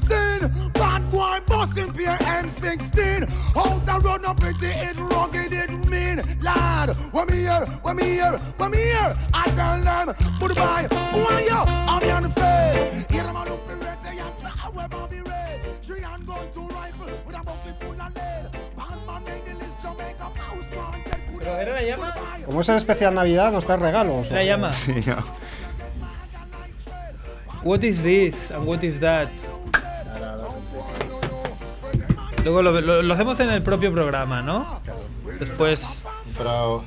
16. Bad boy busting beer M16. Out the road, no pretty, it rugged, it mean. Lad, when me here, when me here, when me here, I tell them, goodbye, who are you? I'm your friend. Hear them all look for red, they are try where Bobby raised. Three and gun, two rifle, with a bucket full of lead. Bandman made the list, Jamaica, mouse, man, take good ¿Pero era la llama? goodbye. Como es el especial Navidad, nos trae regalos. La llama. Sí, no. What is this and what is that? Luego lo, lo- lo hacemos en el propio programa, ¿no? Después. Pero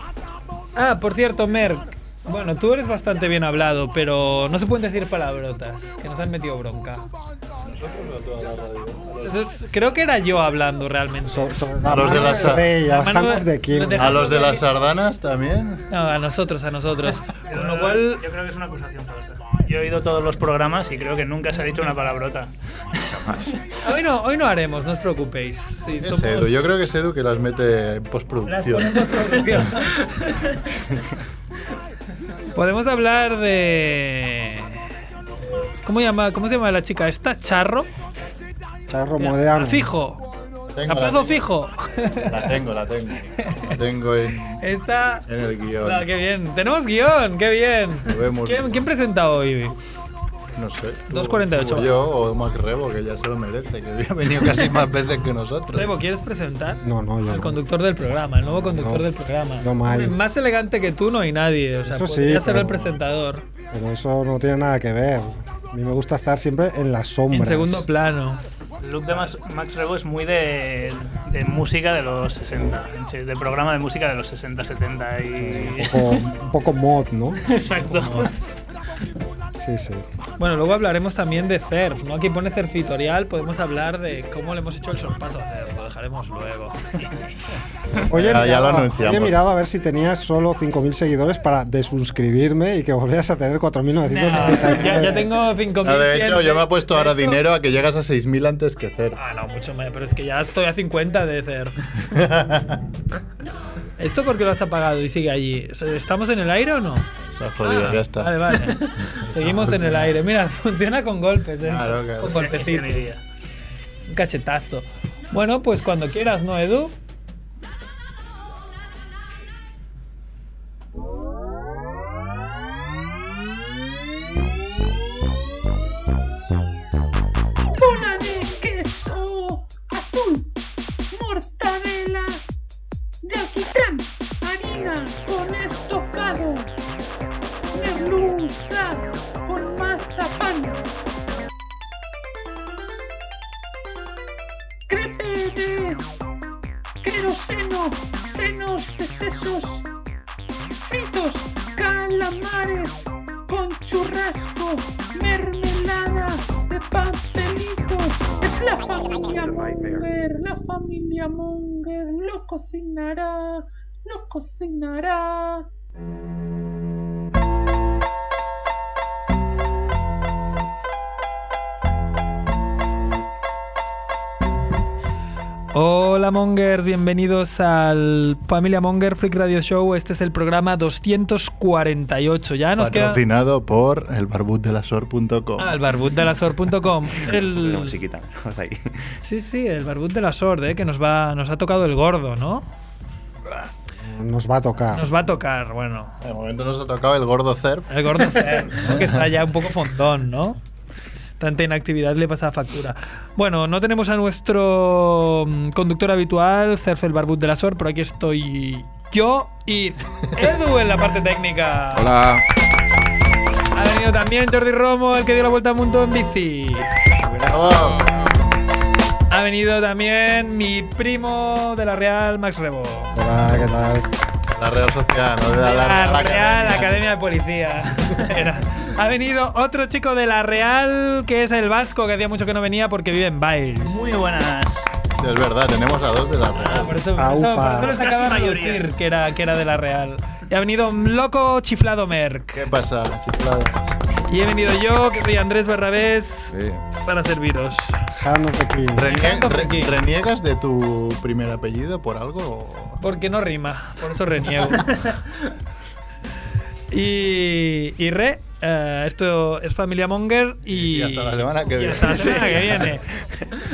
Ah, por cierto, Merck. Bueno, tú eres bastante bien hablado, pero no se pueden decir palabrotas, que nos han metido bronca. nosotros no toda la radio. Entonces, creo que era yo hablando realmente. So- sobre A los mano de la del sa- rey, La al mano Hand de- of the King. los de- A los de las sardanas también. No, a nosotros, a nosotros. Con lo cual, yo creo que es una acusación falsa. Yo he oído todos los programas y creo que nunca se ha dicho una palabrota. hoy no, hoy no haremos, no os preocupéis. Sí, Es somos- Edu, yo creo que es Edu que las mete en postproducción. Podemos hablar de. ¿Cómo, llama, ¿Cómo se llama la chica? ¿Esta? ¿Charro? Charro moderno. A fijo. Tengo A la plazo tengo. fijo. La tengo, la tengo. La tengo en, Esta. en el guión. Ah, qué bien. Tenemos guión, qué bien. Lo vemos. ¿Quién, quién presenta hoy? No sé. tú- 2.48. tú o Yo o Mac Rebo, que ya se lo merece, que había venido casi más veces que nosotros. Rebo, ¿quieres presentar? No, no, yo El no. conductor del programa, el nuevo conductor del programa. no mal. Hombre, Más elegante que tú no hay nadie. O sea, Eso sí, podría ser el pero- presentador. Pero eso no tiene nada que ver. A mí me gusta estar siempre en las sombras. En segundo plano. El look de Max, Max Rebo es muy de, de música de los 60, sí, de programa de música de los 60, 70 y... Un poco, un poco mod, ¿no? Exacto. Sí, sí. Bueno, luego hablaremos también de surf, ¿no? Aquí pone surfitorial, podemos hablar de cómo le hemos hecho el sorpaso a surf, lo dejaremos luego. Oye, Ya- ya lo miraba- anunciamos. oye, miraba a ver si tenías solo 5.000 seguidores para desuscribirme y que volvieras a tener 4.999. Nah, ya, eh, ya tengo 5.000. Ah, de hecho, yo me he puesto ahora Eso- dinero a que llegas a 6.000 antes que cero. Ah, no, mucho más, pero es que ya estoy a 50 de surf. Ah. ¿Esto por qué lo has apagado y sigue allí? O sea, ¿Estamos en el aire o no? Se ha jodido, Ah, ya está. Vale, vale. Seguimos en el aire. Mira, funciona con golpes, ¿eh? Claro, claro. Con golpecitos. Ingeniería. Un cachetazo. Bueno, pues cuando quieras, ¿no, Edu? bola de queso azul, mortadela de alquitrán, harina con estofado, merluza con mazapán, crepe de queroseno, senos de sesos, fritos, calamares con churrasco, mermelada de pastelito. Es la familia Munger, la familia Munger lo cocinará, lo cocinará. Hola Mongers, bienvenidos al Familia Monger Freak Radio Show. Este es el programa 248. Ya nos queda Ah, Patrocinado por el barbuddelasor.com. al barbud de la sor.com. La El... musiquita. vamos ahí. Sí, sí, el barbud de la sor, eh, que nos va nos ha tocado el gordo, ¿no? Nos va a Ah. tocar. Nos va a tocar, bueno, De momento nos ha tocado el gordo CERF. el gordo Fer, ¿no? que está ya un poco fondón, ¿no? Tanta inactividad le pasa factura. Bueno, no tenemos a nuestro mm, conductor habitual, Cerf el Barbud de la Sor, pero aquí estoy yo y Edu en la parte técnica. Hola. Ha venido también Jordi Romo, el que dio la vuelta al mundo en bici. ¡Bravo! Ha venido también mi primo de la Real, Max Rebo. Hola, ¿qué tal? La Real Sociedad, no de la, De la la Real Ah, Real Academia. Academia de Policía. Era. Ha venido otro chico de la Real, que es el vasco, que hacía mucho que no venía porque vive en Biles. Muy buenas. Sí, es verdad, tenemos a dos de la Real. Ah, Por eso, por Aupa. eso- por eso lo Casi sacaba a mayoría. reducir que era, que era de la Real. Y ha venido un loco chiflado Merck. ¿Qué pasa, chiflados? Y he venido yo, que soy Andrés Barrabés, Sí. para serviros. Hand of the King. Renie- encanta re- Friki. ¿Reniegas de tu primer apellido por algo? o- Porque no rima, por eso reniego. y, y re, Eh, esto es Familia Monger y, Y hasta la semana que y viene. hasta la semana que viene.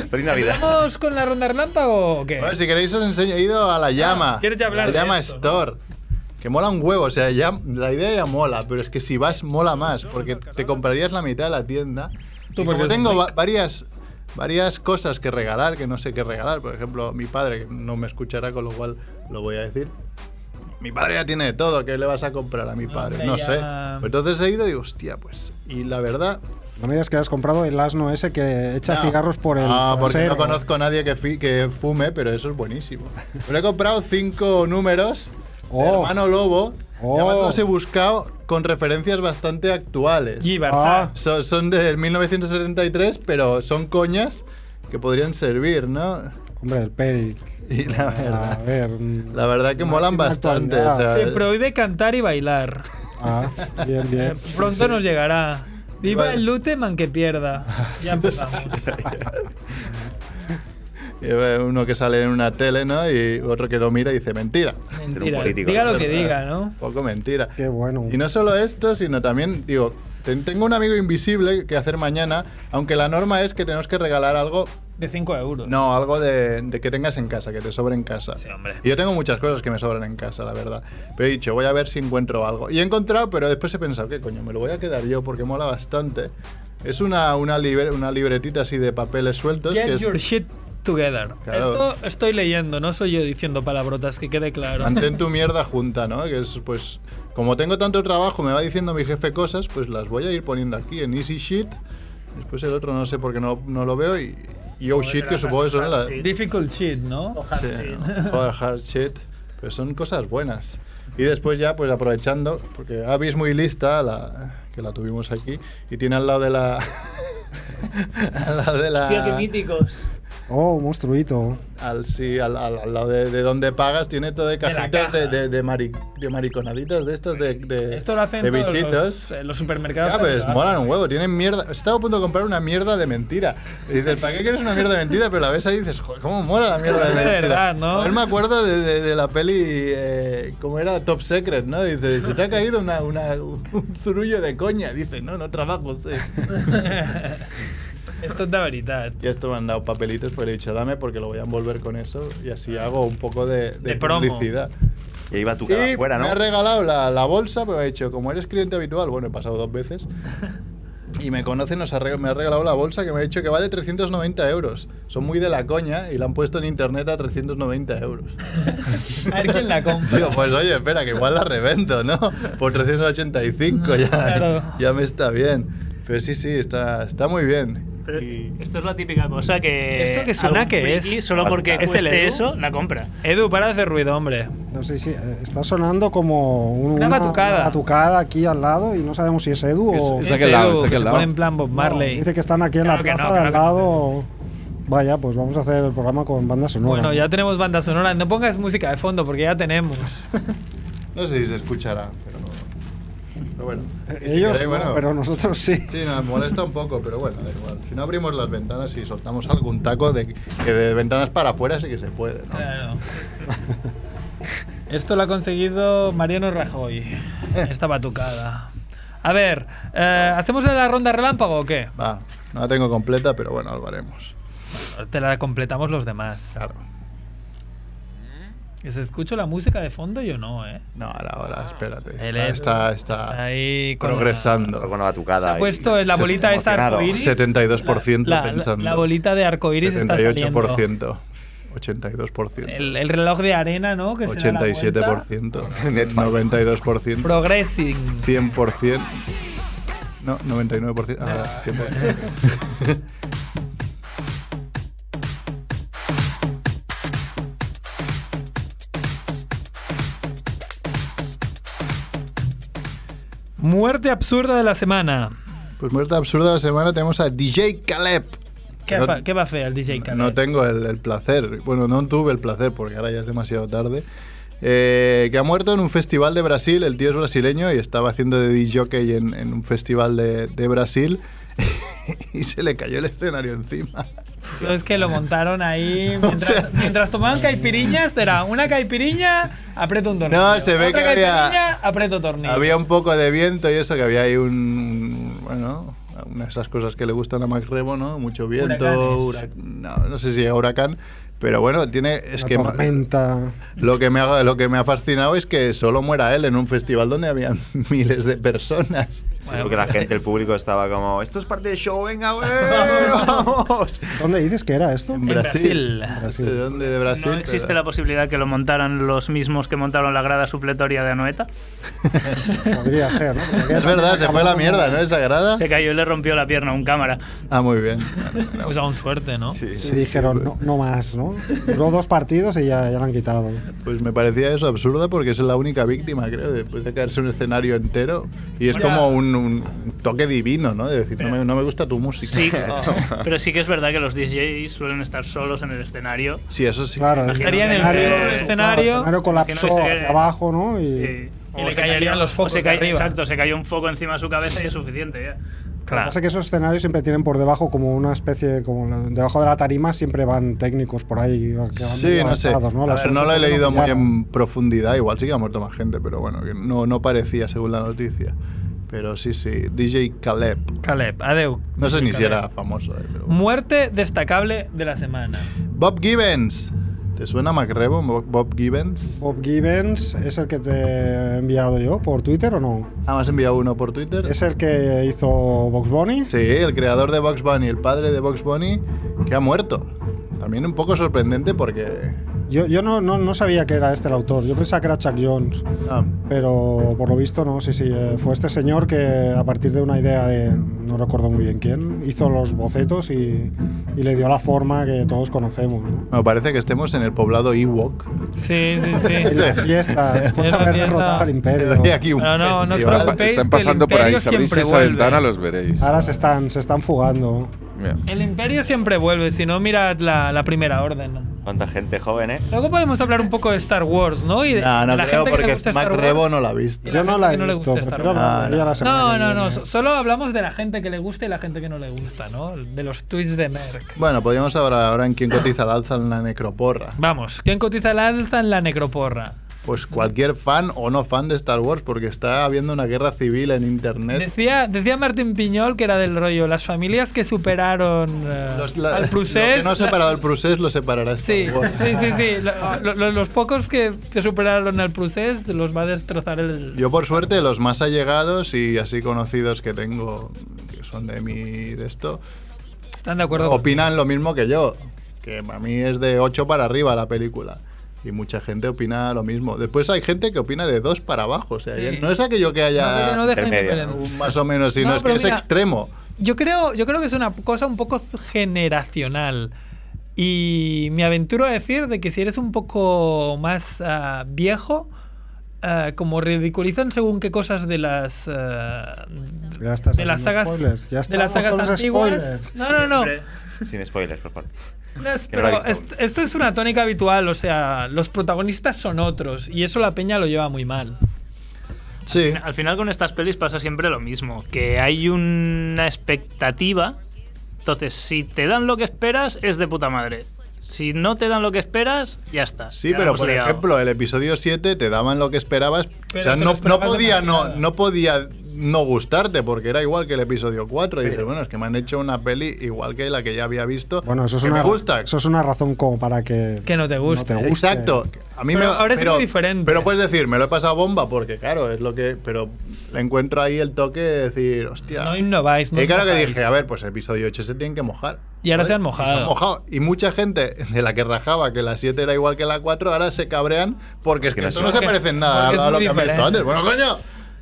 Feliz Navidad. ¿Vamos con la ronda relámpago o qué? Ah, Bueno, si queréis os enseño, he ido a la llama. ¿quieres ya hablar La de llama esto, Store. Que mola un huevo, o sea, ya, la idea ya mola, pero es que si vas mola más, porque te comprarías la mitad de la tienda. Tú porque Y como eres tengo un va- varias, varias cosas que regalar, que no sé qué regalar, por ejemplo, mi padre, que no me escuchará, con lo cual lo voy a decir. Mi padre ya tiene de todo, ¿qué le vas a comprar a mi padre? Ah, Hombre, No ya. sé. Pues entonces he ido y, hostia, pues. Y la verdad, No me digas que has comprado el asno ese que echa no. cigarros por el. Ah, porque trasero. no conozco a nadie que, fi- que fume, pero eso es buenísimo. Pero he comprado cinco números de Oh. Hermano Lobo. Oh. Y además los he buscado con referencias bastante actuales. Y Barzá. Ah. So- son del 1973, pero son coñas que podrían servir, ¿no? Hombre, el Peric. Y la verdad, A ver. mm. la verdad que molan Máxima bastante. actualidad. o sea, Se prohíbe cantar y bailar. Ah, bien, Eh, bien. pronto Sí, sí. nos llegará. Viva Vale. el Luteman que pierda. Ya empezamos. lleva uno que sale en una tele, ¿no? Y otro que lo mira y dice mentira. Mentira. político, Diga la lo que diga, ¿no? Un poco mentira. Qué bueno. Y no solo esto, sino también, digo, ten- tengo un amigo invisible que hacer mañana, aunque la norma es que tenemos que regalar algo, De 5 euros. no, algo de, de que tengas en casa, que te sobre en casa. Y yo tengo muchas cosas que me sobran en casa, la verdad. Pero he dicho, voy a ver si encuentro algo. Y he encontrado, pero después he pensado, ¿qué coño? Me lo voy a quedar yo porque mola bastante. Es una, una, libre- una libretita así de papeles sueltos. Get que es- your shit together. Claro. Esto estoy leyendo, no soy yo diciendo palabrotas, que quede claro. Mantén tu mierda junta, ¿no? Que es, pues, como tengo tanto trabajo, me va diciendo mi jefe cosas, pues las voy a ir poniendo aquí en Easy Sheet. Después el otro no sé por qué no, no lo veo y, y Oh Joder, Shit, que era supongo que son hard las... sheet. Difficult shit, ¿no? Ojalá sí, sí. joder, Hard Shit. Pero son cosas buenas. Y después ya, pues aprovechando, porque Abby es muy lista, la, que la tuvimos aquí, y tiene al lado de la... al lado de la... Hostia, qué míticos. Oh, un monstruito. al, sí, al, al- al lado de, de donde pagas tiene todo de De la cajitas de, caja. de, de mari- de mariconaditas de estos de, de- Esto lo hacen de todos bichitos. los, eh, los supermercados. Ya, pues tradicionales. molan un huevo, tienen mierda. Estaba a punto de comprar una mierda de mentira. Y dices, ¿para qué quieres una mierda de mentira? Pero la ves ahí y dices, joder, ¿cómo mola la mierda de Es mentira? verdad, ¿no? Joder, me acuerdo de, de- de la peli, eh, ¿cómo era? Top Secret, ¿no? Dices, se te ha caído una, una- un zurullo de coña. Dices, no, no trabajo, sí. Esto es de verdad. Y esto me han dado papelitos, pero he dicho, dame porque lo voy a envolver con eso y así hago un poco de, de Ah. De promo. publicidad. Y ahí va tu cara Y afuera, ¿no? me ha regalado la, la bolsa, pero he dicho, como eres cliente habitual, bueno, he pasado dos veces, y me conocen, nos ha rega- me ha regalado la bolsa que me ha dicho que vale 390 euros. Son muy de la coña y la han puesto en internet a 390 euros. A ver quién la compra. Digo, pues oye, espera, que igual la revento, ¿no? Por 385 ya, Claro. ya me está bien. Pero sí, sí, está, está muy bien. Pero Y- esto es la típica cosa que. ¿Esto que suena algún que friki, es? Solo porque ¿Es el E cueste Edu? eso, la compra. Edu, para de hacer ruido, hombre. No sé si eh, está sonando como un- Una batucada. batucada aquí al lado y no sabemos si es Edu Es- o. es Ese aquel lado, Edu, es que aquel se lado. pone en plan Bob Marley. Dice que están aquí en la Claro que no, plaza de claro al que no. lado. Vaya, pues vamos a hacer el programa con banda sonora. Bueno, ya tenemos banda sonora. No pongas música de fondo porque ya tenemos. No sé si se escuchará, pero, pero bueno. Y si Eh, Ellos, queréis, no, bueno, pero nosotros sí. Sí, nos molesta un poco, pero bueno, da igual. Si no abrimos las ventanas y soltamos algún taco de, que de ventanas para afuera sí que se puede, ¿no? Claro. Esto lo ha conseguido Mariano Rajoy. Esta batucada. A ver, eh, ¿hacemos la ronda relámpago o qué? Va, no la tengo completa, pero bueno, lo haremos. Te la completamos los demás. Claro. ¿Que ¿Se escucha la música de fondo? Yo no, ¿eh? No, ahora, ahora, espérate. Él Está, es- está, está está ahí con la- Ah, Pero progresando. Con la batucada. Se ha ahí. puesto en la bolita esa Emocionado. arcoíris. 72% La, la- pensando. la bolita de arcoíris está saliendo. 78%. 82%. El, el reloj de arena, ¿no? Que se da la vuelta. 87%. 92%. Progressing. 100%. No, 99%. Ahora, 100%. Muerte absurda de la semana. Pues muerta absurda de la semana tenemos a DJ Caleb. ¿Qué, No- fa- qué va a hacer el DJ Khaled? No tengo el, el placer, bueno, no tuve el placer porque ahora ya es demasiado tarde. Eh, que ha muerto en un festival de Brasil, el tío es brasileño y estaba haciendo de DJ jockey en, en un festival de, de Brasil y se le cayó el escenario encima. Eso es que lo montaron ahí. Mientras, mientras tomaban caipiriñas, era una caipiriña, aprieto un tornillo. No, se ve Otra que había- caipiriña, aprieto tornillo. Había un poco de viento y eso, que había ahí un. Bueno, una de esas cosas que le gustan a Max Rebo, ¿no? Mucho viento, Huracanes. hurac- no, no sé si huracán, pero bueno, tiene. Es Una que ma- tormenta. lo que, me ha, lo que me ha fascinado es que solo muera él en un festival donde había miles de personas. Bueno, porque la pues, gente, el público estaba como, esto es parte del show, venga, güey. ¡Vamos! ¿Dónde dices que era esto? En Brasil. Brasil. No sé ¿De dónde? De Brasil. no existe pero- la posibilidad que lo montaran los mismos que montaron la grada supletoria de Anoeta. Podría ser, ¿no? Porque Es verdad, se fue a la mierda, ¿no? Esa Ah. grada. Se cayó y le rompió la pierna a un cámara. Ah, muy bien. Pues aún suerte, ¿no? Sí, Y dijeron, no, no más, ¿no? Duró dos partidos y ya, ya lo han quitado. Pues me parecía eso absurdo porque es la única víctima, creo, después de caerse un escenario entero. Y es Bueno. como un, un toque divino, ¿no? De decir, no me, no me gusta tu música. Sí, oh, Ah. pero sí que es verdad que los DJs suelen estar solos en el escenario. Sí, eso sí. Claro, el Estaría en el escenario, escenario. el escenario colapsó Imagino que se- hacia abajo, ¿no? Y Sí. Y O le se caerían cayó- los o focos se de cayó- arriba. Exacto, se cayó un foco encima de su cabeza y es suficiente ya. Lo que pasa es que esos escenarios siempre tienen por debajo como una especie, de- como la- debajo de la tarima siempre van técnicos por ahí. Que van Sí, medio no sé. avanzados, ¿no? La A ver, suerte no lo fue he que leído muy pillaron. en profundidad, igual sí que ha muerto más gente, pero bueno, que no, no parecía según la noticia. Pero sí, sí, DJ Caleb. Caleb, adeu. No sé ni si Caleb. era famoso. eh, pero bueno. Muerte destacable de la semana. Bob Gibbons. ¿Te suena MacRebo, Bob- Bob Gibbons? Bob Gibbons es el que te he enviado yo por Twitter o no? Ah, ¿me has enviado uno por Twitter? Es el que hizo Box Bunny. Sí, el creador de Box Bunny, el padre de Box Bunny, que ha muerto. También un poco sorprendente porque... Yo, yo no, no, no sabía que era este el autor, yo pensaba que era Chuck Jones, ah, pero por lo visto no, sí, sí, eh, fue este señor que a partir de una idea de, no recuerdo muy bien quién, hizo los bocetos y, y le dio la forma que todos conocemos. ¿no? me parece que estemos en el poblado Ewok. Sí, sí, En la sí. fiesta, después Es la de haber fiesta. derrotado al imperio. Hay aquí un Pero no, no festival. son- Veis que el Están pasando por ahí. imperio Si abrís siempre esa vuelve. ventana, los veréis. Ahora se están, se están fugando. Mira. El imperio siempre vuelve, si no, mirad la, la primera orden. Cuánta gente joven, ¿eh? Luego podemos hablar un poco de Star Wars, ¿no? Y de No, no la creo gente que le porque gusta Star Mac Wars. Rebo no la ha visto. Y la Yo no gente la que he no le visto, gusta Star prefiero Wars. hablar de ella la semana No, que no, no. viene. ¿eh? so- Solo hablamos de la gente que le gusta y la gente que no le gusta, ¿no? De los tweets de Merck. Bueno, podríamos hablar ahora en quién cotiza al alza en la necroporra. Vamos, ¿quién cotiza el alza en la necroporra? Pues cualquier fan o no fan de Star Wars, porque está habiendo una guerra civil en internet. Decía, decía Martín Piñol que era del rollo, las familias que superaron eh, Los- la- al lo Prusés. que no ha la- separado el Prusés lo separará Star Sí, Wars. sí, sí, sí. Lo- lo- lo- los pocos que, que superaron al Prusés los va a destrozar el. Yo por suerte los más allegados y así conocidos que tengo, que son de mi de esto, ¿Están de acuerdo? opinan lo mismo que yo, que para mí es de 8 para arriba la película. Y mucha gente opina lo mismo. Después hay gente que opina de 2 para abajo. O sea, Sí. no es aquello que haya No, no deja Intermedia, indiferente. un más o menos, sino No, es que pero es mira. extremo. Yo creo, yo creo que es una cosa un poco generacional. Y me aventuro a decir de que si eres un poco más ah, viejo, ah, como ridiculizan según qué cosas de las ah, Ya estás de las haciendo sagas spoilers. Ya de las estamos sagas con los antiguas. spoilers. No, no, no. Siempre. Sin spoilers, por favor. No, es- Que no la he pero visto est- esto es una tónica habitual, o sea, los protagonistas son otros y eso la peña lo lleva muy mal. Sí. Al final con estas pelis pasa siempre lo mismo, que hay una expectativa, entonces si te dan lo que esperas es de puta madre. Si no te dan lo que esperas, ya está. Sí, ya la pero hemos por liado. ejemplo, el episodio 7 te daban lo que esperabas. Pero o sea, te lo no, no esperabas podía no, demasiado. no podía no gustarte porque era igual que el episodio 4. Y dices, bueno, es que me han hecho una peli igual que la que ya había visto. Bueno, eso es, que una, me gusta. eso es una razón como para que, Que no te guste. guste. Exacto. A mí Pero me, ahora es muy diferente. Pero puedes decir, me lo he pasado bomba porque, claro, es lo que. Pero le encuentro ahí el toque de decir, hostia. No innováis, no y claro que innováis. dije, a ver, pues episodio 8 se tienen que mojar. Y ahora Joder, se han y mojado. han mojado. Y mucha gente de la que rajaba que la 7 era igual que la 4, ahora se cabrean porque es que Que no esto se no se moja. parece en nada Porque es a lo muy que han visto diferente. antes. Bueno, coño.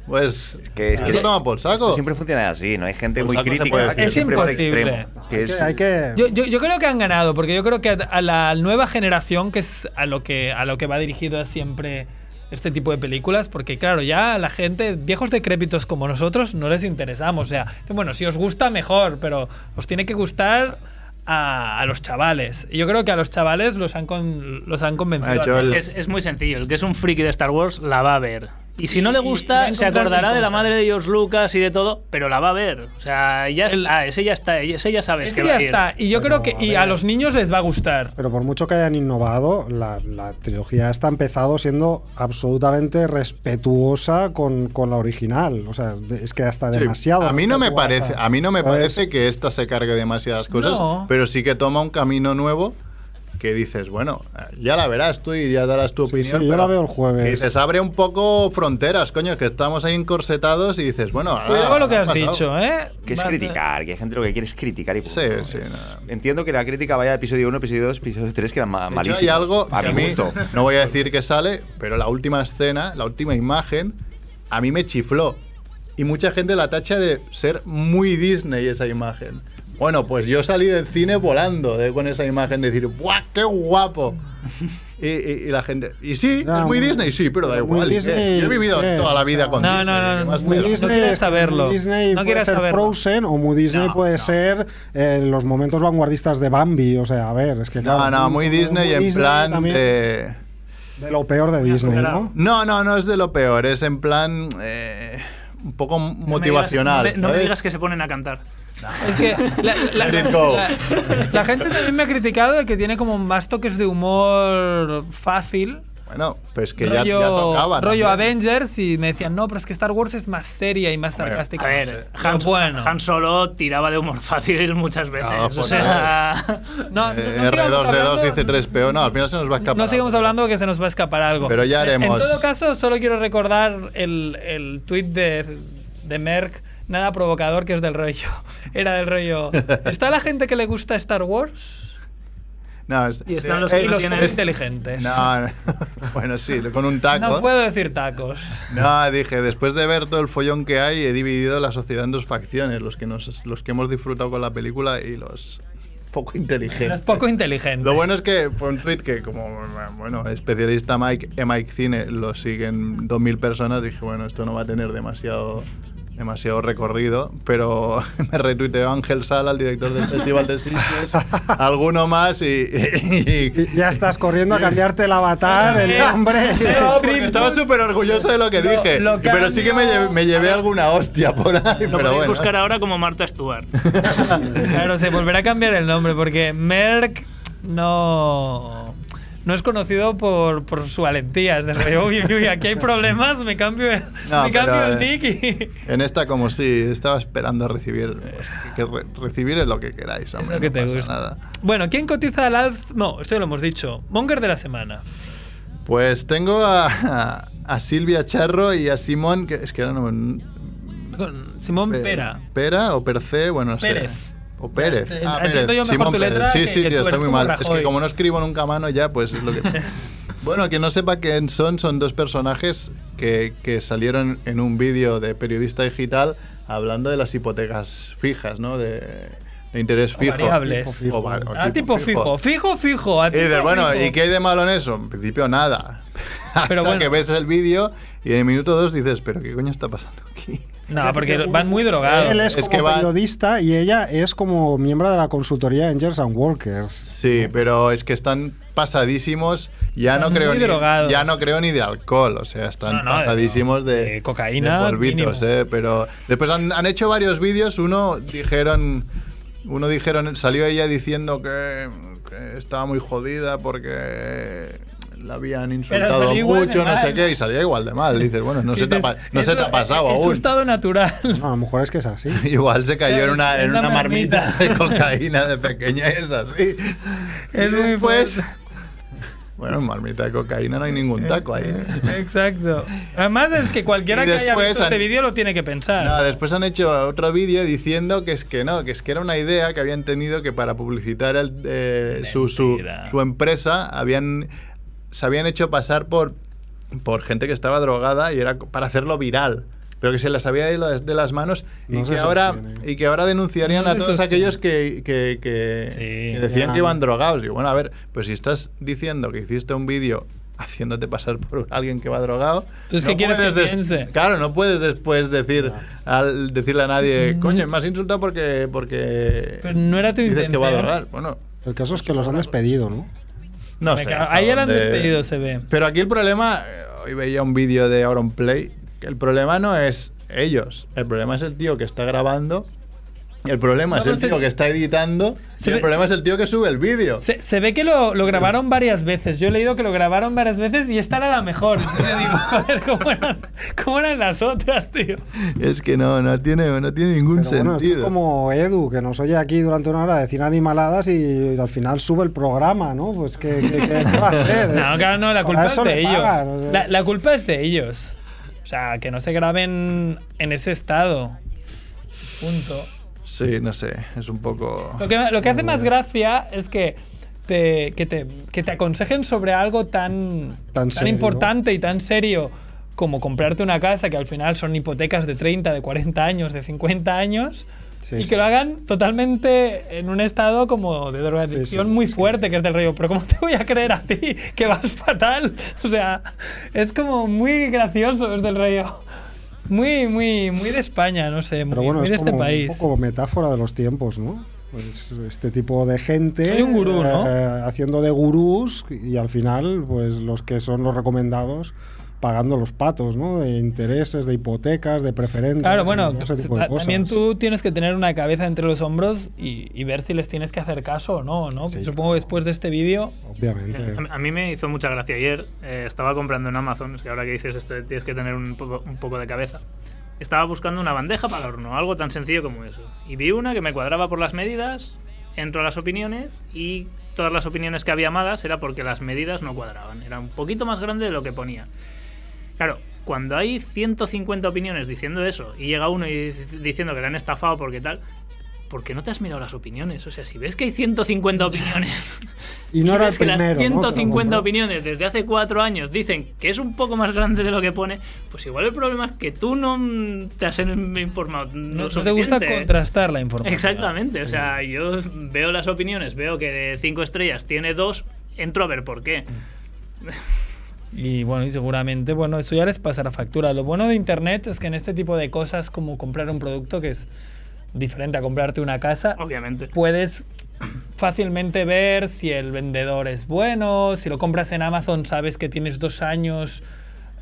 Pues. que- es esto que- toma por Esto saco. siempre funciona así, ¿no? Hay gente Por muy saco se puede crítica decir. que Es siempre va al imposible. extremo. Que Hay es, que, hay que- Yo, yo- yo creo que han ganado, porque yo creo que a la nueva generación, que es a lo que, a lo que va dirigido siempre este tipo de películas, porque claro, ya a la gente, viejos decrépitos como nosotros, no les interesamos. O sea, bueno, si os gusta, mejor, pero os tiene que gustar a, a los chavales. Y yo creo que a los chavales los han, con- los han convencido. Ah, Ha hecho a todos. el- Es, es muy sencillo, el que es un friki de Star Wars la va a ver. Y si no le va gusta, a se encontrar acordará con de la cosas. madre de George Lucas y de todo, pero la va a ver. O sea, ya, El- ah, ese ya está, ese ya sabes Este que va ya a ir. está. Y yo creo Pero, que a y ver. a los niños les va a gustar. Pero por mucho que hayan innovado, la, la trilogía está empezado siendo absolutamente respetuosa con, con la original. O sea, de- es que hasta Sí, demasiado. A mí no me respetuosa. parece, a mí no me ¿Sabes? parece que esta se cargue demasiadas cosas, No. pero sí que toma un camino nuevo que dices, bueno, ya la verás tú y ya darás tu opinión. sí, yo la pero veo el jueves. que dices, abre un poco fronteras, coño, que estamos ahí encorsetados y dices, bueno, ahora- Pues Cuidado con lo que Ah, ha has pasado. dicho, ¿eh? Que es Va- criticar, que hay gente lo que quiere es criticar y punto. Sí, sí, Es- no. Entiendo que la crítica vaya a episodio 1, episodio 2, episodio 3, que era ma- De hecho, malísimo. hay algo a que mi gusto. no voy a decir que sale, pero la última escena, la última imagen, a mí me chifló. Y mucha gente la tacha de ser muy Disney esa imagen. Bueno, pues yo salí del cine volando de- con esa imagen, de decir, ¡guau, qué guapo! Y, y- y la gente, y sí, No, es muy muy- Disney, sí, pero muy da igual. ¿y qué? Disney, yo he vivido sí, toda la vida o sea, con No, Disney. no, no, ¿qué más muy me da? Disney- quieras saberlo. muy Disney No puede quieras ser saberlo. Frozen o muy Disney No, puede no. ser eh, los momentos vanguardistas de Bambi. O sea, a ver, es que No, claro, no, muy Disney en Disney plan también de- de lo peor de Disney, ¿no? No, no, no es de lo peor, es en plan eh, un poco No me digas- motivacional. No me, no me ¿sabes? digas que se ponen a cantar. Es que la, la- Let it go. la- la gente también me ha criticado de que tiene como más toques de humor fácil. Bueno, pues que ya, rollo, ya tocaba. rollo también. Avengers y me decían, no, pero es que Star Wars es más seria y más Hombre, sarcástica. A ver, Pero Han, eh. bueno. Han Solo tiraba de humor fácil muchas veces. Ah, o por sea, no, no, Eh, no sigamos hablando- R2D2 dice 3PO. No, al final se nos va a escapar. No sigamos algo. hablando que se nos va a escapar algo. Pero ya haremos. En todo caso, solo quiero recordar el, el tweet de, de Merck, nada provocador, que es del rollo. Era del rollo. ¿Está la gente que le gusta Star Wars? No, es- Y están los eh, Y los que no es- inteligentes. No, no. bueno, sí, con un taco. No puedo decir tacos. No, dije, después de ver todo el follón que hay, he dividido la sociedad en dos facciones: los que, nos, los que hemos disfrutado con la película y los poco Es inteligentes. poco inteligente. Lo bueno es que fue un tweet que, como bueno, especialista Mike, e Mike Cine, lo siguen 2.000 personas. Dije, bueno, esto no va a tener demasiado demasiado recorrido, pero me retuiteó Ángel Sala, el director del Festival de Sitges, alguno más y, y- y- Y ya estás corriendo a cambiarte el avatar, el Eh, nombre. eh, No, porque estaba súper orgulloso de lo que Lo- dije, lo pero sí que me llevé, me llevé alguna hostia por ahí, lo pero podéis bueno. buscar ahora como Marta Stewart. Claro, se volverá a cambiar el nombre porque Merck no, no es conocido por, por su valentía. Es de rollo, uy, uy, uy, aquí hay problemas, me cambio, el- No, me cambio pero, el eh, nick y... En esta como si estaba esperando recibir, pues, que re- recibir es lo que queráis, Es hombre, lo que no te pasa gusta. nada. Bueno, ¿quién cotiza al alz? No, esto ya lo hemos dicho. Monger de la semana. Pues tengo a, a- a Silvia Charro y a Simón, que es que ahora no me... Con Simón Pe- Pera. Pera o Perce, bueno, no sé. Pérez. O Pérez. Eh, Ah, entiendo Pérez. yo mejor Simón tu Pérez. letra Sí, que- sí, que tío, tú está eres muy como mal. Es Rajoy. que como no escribo nunca a mano ya, pues es lo que... bueno, que no sepa quién son, son dos personajes que, que salieron en un vídeo de Periodista Digital hablando de las hipotecas fijas, ¿no? De, de interés fijo. variables. Tipo fijo. O va- o A Ah, tipo fijo. Fijo, fijo. A y tipo dices, bueno, fijo. ¿y qué hay de malo en eso? En principio nada. Hasta Pero bueno. que ves el vídeo y en el minuto dos dices, pero ¿qué coño está pasando aquí? No, porque van muy drogados. Él es, Es como que va- periodista y ella es como miembro de la consultoría Angels and Walkers. Sí, pero es que están pasadísimos. Ya Están no creo muy ni drogados. ya no creo ni de alcohol, o sea, están No, no, pasadísimos de- de, de cocaína, de polvitos, mínimo. eh, pero después han, han hecho varios vídeos. Uno dijeron, uno dijeron, salió ella diciendo que, que estaba muy jodida porque la habían insultado salió igual de mucho, no sé mal. qué, y salía igual de mal. Dices, bueno, no se te ha, pa- no se te ha pasado es, Es aún. su estado natural. No, a lo mejor es que es así. Igual se cayó en una, en Una una marmita marmita. de cocaína de pequeña y es así. Es y muy después, fuerte. Eh, bueno, en marmita de cocaína no hay ningún taco ahí. ¿eh? Exacto. Además es que cualquiera Y que haya después visto este han- vídeo lo tiene que pensar. No, después han hecho otro vídeo diciendo que es que no, que es que era una idea que habían tenido que para publicitar el, eh, su, su- Mentira. su empresa habían se habían hecho pasar por por gente que estaba drogada y era co- para hacerlo viral. Pero que se las había ido de las manos y, No se que ahora, sostiene. y que ahora denunciarían No a se todos sostiene. aquellos que, que- que- Sí. que decían Ya. que iban drogados. Digo, bueno, a ver, pues si estás diciendo que hiciste un vídeo haciéndote pasar por alguien que va drogado, Entonces, ¿qué quieres que puedes des- piense? Ah. Claro, no puedes después decir al decirle a nadie, coño, me has insultado porque porque Pero no era tu dices que va a intención. drogar. Bueno, El caso es que los han despedido, ¿no? no Me sé. cago- hasta Ahí ya la han dónde- despedido, se ve. Pero aquí el problema eh, hoy veía un vídeo de Auron Play. que El problema no es ellos, el problema es el tío que está grabando. El problema es el tío que está editando. Se Y el ve- problema es el tío que sube el vídeo. Se, se ve que lo, lo grabaron varias veces. Yo he leído que lo grabaron varias veces y esta era la mejor. Entonces digo, joder, ¿cómo eran, cómo eran las otras, tío? Es que no, no tiene, no tiene ningún Pero bueno, esto es como Edu, que nos oye aquí durante una hora decir animaladas y al final sube el programa, ¿no? Pues que va a hacer. No, claro, no, la Para culpa es eso de le ellos. pagan, o sea. la, la culpa es de ellos. O sea, que no se graben en ese estado. Punto. Sí, no sé, es un poco. Lo que, lo que hace más gracia es que te, que, te, que te aconsejen sobre algo tan, Tan serio. importante y tan serio como comprarte una casa, que al final son hipotecas de 30, de 40 años, de 50 años, Sí, y sí. que lo hagan totalmente en un estado como de drogadicción Sí, sí, muy fuerte, que es del río. Pero ¿cómo te voy a creer a ti que vas fatal? O sea, es como muy gracioso, es del río. Muy, muy, muy de España, no sé, muy, Pero bueno, muy es de como este país. un poco metáfora de los tiempos, ¿no? Pues este tipo de gente Soy un gurú, ¿no? eh, haciendo de gurús y al final, pues los que son los recomendados pagando los patos, ¿no? De intereses, de hipotecas, de preferentes, Claro, bueno, ese tipo de ta- cosas. también tú tienes que tener una cabeza entre los hombros y, y ver si les tienes que hacer caso o no, ¿no? Sí, Supongo que después de este vídeo. Obviamente. A- A mí me hizo mucha gracia ayer. eh, estaba comprando en Amazon. Es que ahora que dices esto, de tienes que tener un poco, un poco de cabeza. Estaba buscando una bandeja para el horno, algo tan sencillo como eso. Y vi una que me cuadraba por las medidas, entro a las opiniones y todas las opiniones que había malas era porque las medidas no cuadraban. Era un poquito más grande de lo que ponía. Claro, cuando hay 150 opiniones diciendo eso y llega uno y dic- diciendo que le han estafado porque tal, ¿por qué no te has mirado las opiniones? O sea, si ves que hay 150 opiniones Y no era el ves que las primero, ¿no? Que lo 150 compró. opiniones desde hace cuatro años dicen que es un poco más grande de lo que pone, pues igual el problema es que tú no mm, te has en- informado. No, No, no te gusta suficiente. contrastar la información. Exactamente, o sea, yo veo las opiniones, veo que de 5 estrellas tiene dos, entro a ver por qué. Y bueno, y seguramente, bueno, eso ya les pasará factura. Lo bueno de Internet es que en este tipo de cosas, como comprar un producto que es diferente a comprarte una casa, Obviamente. puedes fácilmente ver si el vendedor es bueno, si lo compras en Amazon sabes que tienes dos años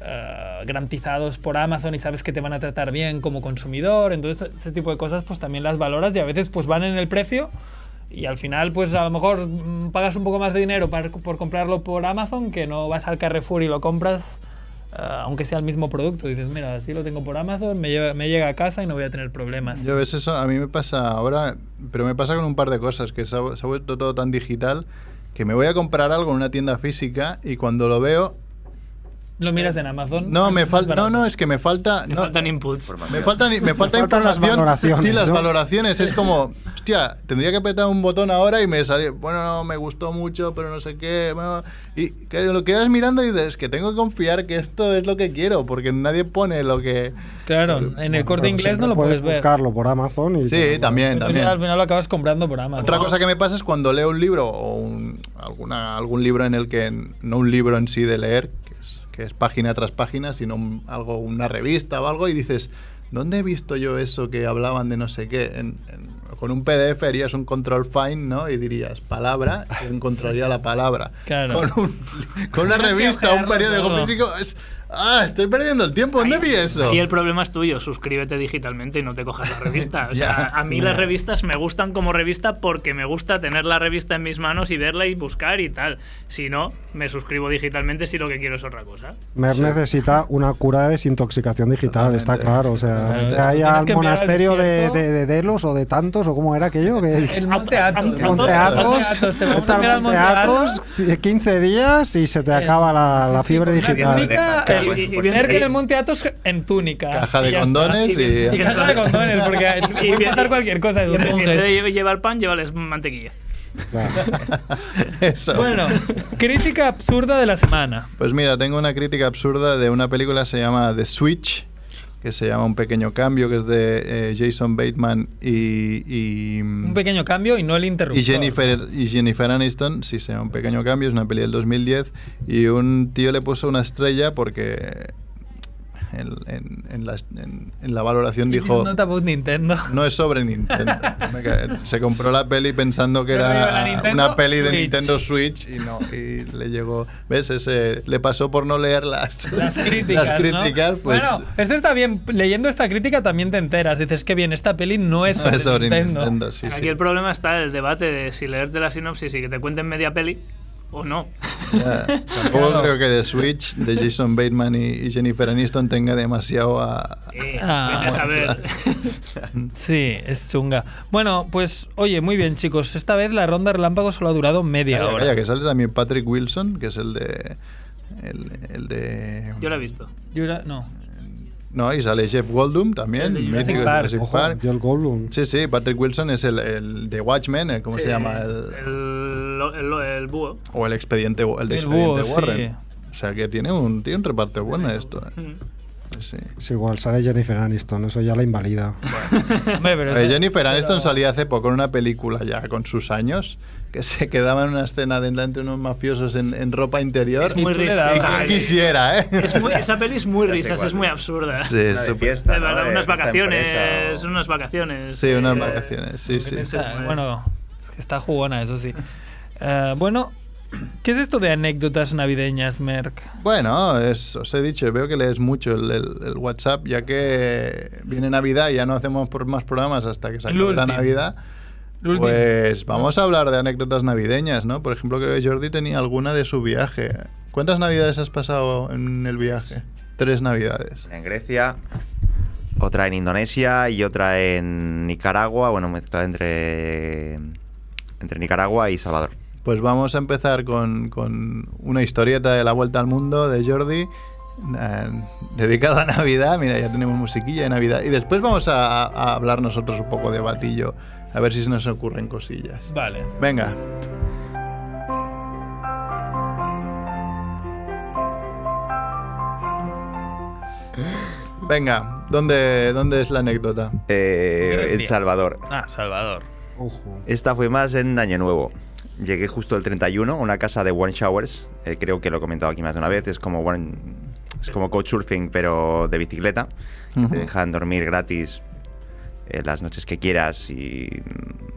eh, garantizados por Amazon y sabes que te van a tratar bien como consumidor, entonces ese tipo de cosas pues también las valoras y a veces pues van en el precio y al final pues a lo mejor mm, pagas un poco más de dinero par- por comprarlo por Amazon que no vas al Carrefour y lo compras. eh, aunque sea el mismo producto, dices, mira, así lo tengo por Amazon, me, lleva- me llega a casa y no voy a tener problemas. Yo ves eso, a mí me pasa ahora, pero me pasa con un par de cosas, que se ha, se ha vuelto todo tan digital que me voy a comprar algo en una tienda física y cuando lo veo, ¿Lo miras en Amazon? eh, no, Es me más falta, no, barato. no, es que me falta, Me no, eh, faltan inputs. me faltan, me falta faltan las información. valoraciones, Sí, las ¿no? valoraciones. Es como, hostia, tendría que apretar un botón ahora y me sale, bueno, no, me gustó mucho, pero no sé qué. bueno. y que lo quedas mirando y dices, que tengo que confiar que esto es lo que quiero, porque nadie pone lo que. Claro, en el corte Pero pues inglés siempre no lo puedes ver. buscarlo por Amazon y Sí, también, Al final- también. Al final lo acabas comprando por Amazon. Otra cosa que me pasa es cuando leo un libro o un- alguna, algún libro en el que, no un libro en sí de leer, que es, que es página tras página, sino un- algo, una revista o algo, y dices, ¿dónde he visto yo eso que hablaban de no sé qué? En- en- con un PDF harías un control find, ¿no? Y dirías palabra, y encontraría la palabra. Claro. Con, un- con una Tienes que revista, un ojearlo periódico todo. físico, es- ah, estoy perdiendo el tiempo, ¿dónde Pues vi eso? Y el problema es tuyo, suscríbete digitalmente y no te cojas la revista. O Ya. sea, a mí las revistas me gustan como revista porque me gusta tener la revista en mis manos y verla y buscar y tal. Si no, me suscribo digitalmente si lo que quiero es otra cosa. Mer necesita una cura de desintoxicación digital, Totalmente. está claro. O sea, Totalmente. que haya Tienes al que enviar al monasterio de, desierto. de, de Delos o de tantos, o cómo era aquello, que El Monte Athos. Monte Monte Athos, Te te vamos a enviar al Monte Athos, Athos. 15 días y se te acaba la, la fiebre Una digital. túnica, Claro, el- bueno, y- y pues tener sí. que ir al Monte Athos en túnica. Caja de Y ya condones está. y- Y caja de condones, porque Y- y- puede pasar cualquier cosa. Y en vez supongo. de llevar pan, llévales mantequilla. Claro. Eso. Bueno, crítica absurda de la semana. Pues mira, tengo una crítica absurda de una película que se llama The Switch, que se llama Un pequeño cambio, que es de eh, Jason Bateman y, y, mm, Un pequeño cambio y no el interruptor. y Jennifer y Jennifer Aniston. Sí, se llama Un pequeño cambio, es una peli del 2010 y un tío le puso una estrella porque en, en- en la, en- en la valoración dijo... Not about Nintendo. No es sobre Nintendo. Me ca- Se compró la peli pensando que Pero digo, la era Nintendo una peli de Switch. Nintendo Switch y no. Y le llegó. ¿Ves? Ese, le pasó por no leer las, Las críticas. ¿no? las críticas, pues. Bueno, esto está bien. Leyendo esta crítica también te enteras. Dices que bien, esta peli no es no sobre, es sobre Nintendo. Nintendo. sí, Aquí sí. el problema está el debate de si leerte la sinopsis y que te cuenten media peli o no. Ya, Tampoco Claro. creo que de Switch, de Jason Bateman y, y Jennifer Aniston tenga demasiado a. Eh, Ah, vete a saber. Sí, es chunga. Bueno, pues oye, muy bien chicos. Esta vez la ronda relámpago solo ha durado media Calla, hora. calla, que sale también Patrick Wilson, que es el de. El, el de. Yo la he visto. Yo era- no. No, y sale Jeff Goldblum también. El de Jurassic mítico de Park. Jurassic Ojo, Park. Joel Goldblum. Pues Sí, sí, Patrick Wilson es el, el de Watchmen, el- ¿cómo Sí, se llama? El, El- lo- el lo- el búho. o el expediente, Wa- el de El expediente búho, Warren. O sea que tiene un, tiene un reparto bueno esto. eh. Mm. Pues sí. Es igual, sale Jennifer Aniston, eso ya la invalida. Hombre, pero Eh, esa- Jennifer pero- Aniston salía hace poco en una película ya con sus años que se quedaba en una escena delante de unos mafiosos en, en ropa interior. Es Y muy tú le risa. dabas. Y quién quisiera, ¿eh? Es muy- esa peli es muy Ya sé risas, cuál es muy es. absurda. Sí, Una de súper- fiesta, Eh, ¿no? vale, De unas fiesta vacaciones, empresa o- unas vacaciones. Sí, unas eh, vacaciones, sí, sí. Ah, Bueno, es que está jugona, eso sí. Eh, bueno, ¿qué es esto de anécdotas navideñas, Merck? Bueno, es- os he dicho, veo que lees mucho el, el- el WhatsApp, ya que viene Navidad y ya no hacemos por más programas hasta que se El acabe la último. Navidad. El último. Pues vamos a hablar de anécdotas navideñas, ¿no? Por ejemplo, creo que Jordi tenía alguna de su viaje. ¿Cuántas navidades has pasado en el viaje? Tres navidades. Una en Grecia, otra en Indonesia y otra en Nicaragua, bueno, mezclada entre, entre Nicaragua y Salvador. Pues vamos a empezar con, con una historieta de la vuelta al mundo de Jordi. eh, dedicada a Navidad, mira, ya tenemos musiquilla de Navidad. Y después vamos a, a hablar nosotros un poco de batillo, a ver si se nos ocurren cosillas. Vale. Venga, venga, ¿dónde, dónde es la anécdota? Eh, en Grecia. Salvador. Ah, Salvador. Ojo. Esta fue más en Año Nuevo. Llegué justo el 31 a una casa de One Showers. eh, creo que lo he comentado aquí más de una vez. Es como, one, es como coachsurfing, pero de bicicleta. que Ujú. Te dejan dormir gratis eh, las noches que quieras y.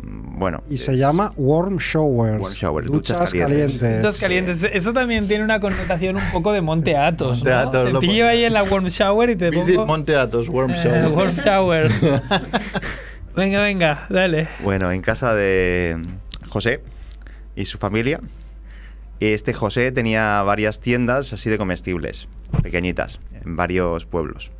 mm, Bueno. Y se es- llama Warm Showers. Warm shower, duchas, duchas calientes. calientes. Estos Sí. calientes. Eso también tiene una connotación un poco de Monte Athos. Monte ¿no? Athos, Te lo pillo ahí ponía. en la warm shower y te Visit pongo. Monte Athos, Worm eh, Show. warm shower. venga, venga, dale. Bueno, en casa de mm, José y su familia. Este José tenía varias tiendas así de comestibles, pequeñitas, en varios pueblos.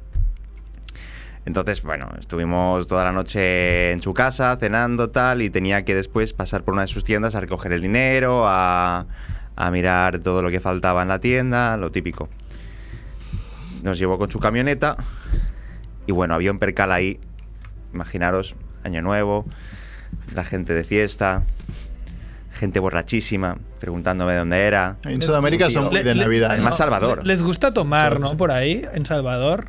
Entonces, bueno, estuvimos toda la noche en su casa, cenando tal, y tenía que después pasar por una de sus tiendas a recoger el dinero, a, a mirar todo lo que faltaba en la tienda, lo típico. Nos llevó con su camioneta y bueno, había un percal ahí, imaginaros, año nuevo, la gente de fiesta, gente borrachísima, preguntándome dónde era. En Sudamérica son muy de Le- le- Navidad. Además, ¿no? Salvador. Les gusta tomar, Sí, ¿no? sí. Por ahí, en Salvador.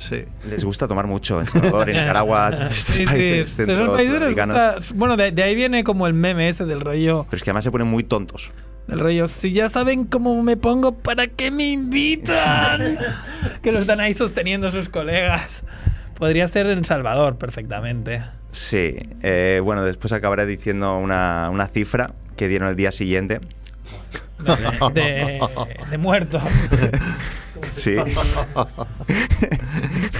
Sí. Les gusta tomar mucho en Salvador, en Nicaragua, en estos Sí, sí. países Esos países les centrosudamericanos. gusta- Bueno, de, de ahí viene como el meme ese del rollo. Pero es que además se ponen muy tontos. Del rollo, si ya saben cómo me pongo, ¿para qué me invitan? que lo están ahí sosteniendo sus colegas. Podría ser en Salvador perfectamente. Sí, eh, bueno, después acabaré diciendo una, una cifra que dieron el día siguiente. De, de- de muerto. Sí.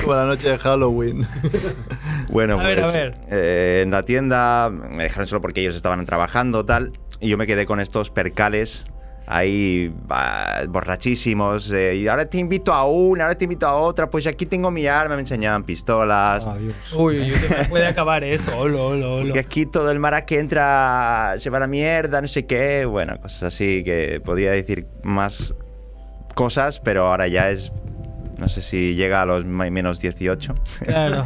Como la noche de Halloween. Bueno, A pues ver, a ver. eh, en la tienda me dejaron solo porque ellos estaban trabajando, tal, y yo me quedé con estos percales ahí ah, borrachísimos, eh, y ahora te invito a una, ahora te invito a otra, pues aquí tengo mi arma, me enseñaban pistolas. Adiós. Uy, uy, uy, puede acabar eso. Olo, olo, olo. Porque aquí todo el mara que entra se va a la mierda, no sé qué. Bueno, cosas así que podría decir más cosas, pero ahora ya es. No sé si llega a los ma- menos 18. Claro.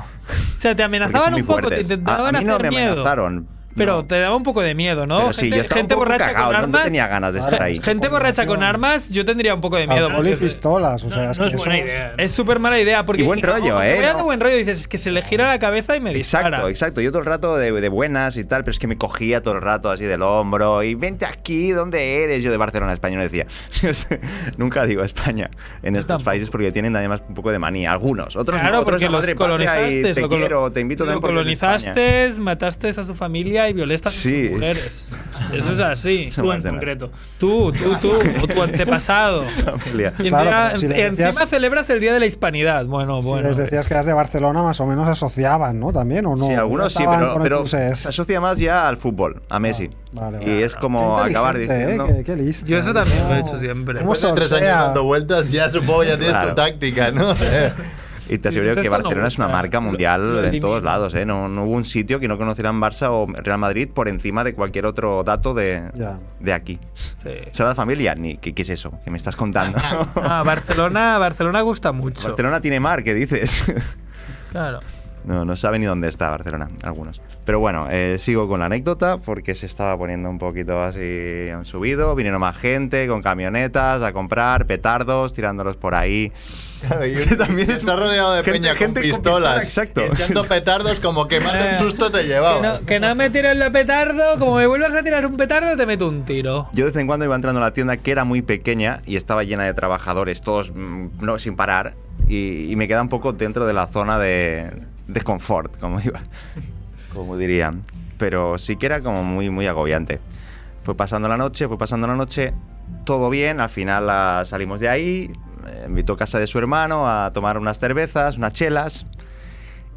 O sea, te Porque son amenazaban muy un poco, fuertes. te a, intentaban a mí no hacer me miedo. amenazaron. pero te daba un poco de miedo, ¿no? Pero sí, yo estaba gente un poco borracha cagao, con no- armas. no tenía ganas de estar ahí. Gente borracha con Información. armas, yo tendría un poco de miedo. Alcohol y porque- pistolas, o sea, No, es no que Ah, es eso buena es- idea. Es súper mala idea. Porque Y buen dije, rollo, "Oh, ¿eh? me da No. buen rollo. Dices, es que se le gira la cabeza y me dispara. Exacto, exacto. Yo todo el rato de, de buenas y tal, pero es que me cogía todo el rato así del hombro y vente aquí, ¿dónde eres? Yo de Barcelona, España, no decía. este, Nunca digo España en Yo estos tampoco. países porque tienen además un poco de manía. Algunos, otros Claro, no, otros porque la los madre patria colonizaste, y te lo colo- quiero, te invito lo también porque eres de España. colonizaste, mataste a su familia y violaste a sus Sí. mujeres. Eso es así. Tú en Más de nada. concreto. Tú, tú, tú, o tu antepasado. Familia. Y Claro, encima- pero si les encima decías- celebras el Día de la Hispanidad. Bueno, Si bueno. eh, les decías que eras de Barcelona, más o menos asociaban, ¿no? También, ¿o no? sí, algunos sí, Estaban pero, con el pero se Cruces. asocia más ya al fútbol, a Messi. vale, Y vale. es como Qué acabar inteligente, diciendo... Pues ¿eh? Qué, qué listo. Yo eso también lo he No. hecho siempre. ¿Cómo Después de tres años sortea? dando vueltas, ya supongo ya tienes Claro. tu táctica, ¿no? Y te aseguro Dices, que "Esto no Barcelona es una gusta". marca Lo- mundial lo en todos elimina. lados, ¿eh? No, no hubo un sitio que no conocieran Barça o Real Madrid por encima de cualquier otro dato de, Ya. de aquí. Sí. ¿Sagrada Familia? Ni, ¿qué, qué es eso? ¿Qué me estás contando? Ah, Barcelona, Barcelona gusta mucho. Barcelona tiene mar, ¿qué dices? Claro. no, no sabe ni dónde está Barcelona, algunos. Pero bueno, eh, sigo con la anécdota porque se estaba poniendo un poquito así, han subido, vinieron más gente con camionetas a comprar, petardos, tirándolos por ahí. Claro, y que también está rodeado de gente- peña gente con con pistolas. pistola, exacto. Y echando petardos como que más Eh, del susto te Que llevaba. no, que no me tires el petardo. Como me vuelvas a tirar un petardo, te meto un tiro. Yo de vez en cuando iba entrando a la tienda que era muy pequeña y estaba llena de trabajadores, todos mm, no, sin parar, y, y me queda un poco dentro de la zona de, de confort, como, iba, como diría. Pero sí que era como muy, muy agobiante. Fue pasando la noche, fue pasando la noche, todo bien, al final ah, salimos de ahí, eh, me invitó a casa de su hermano a tomar unas cervezas, unas chelas.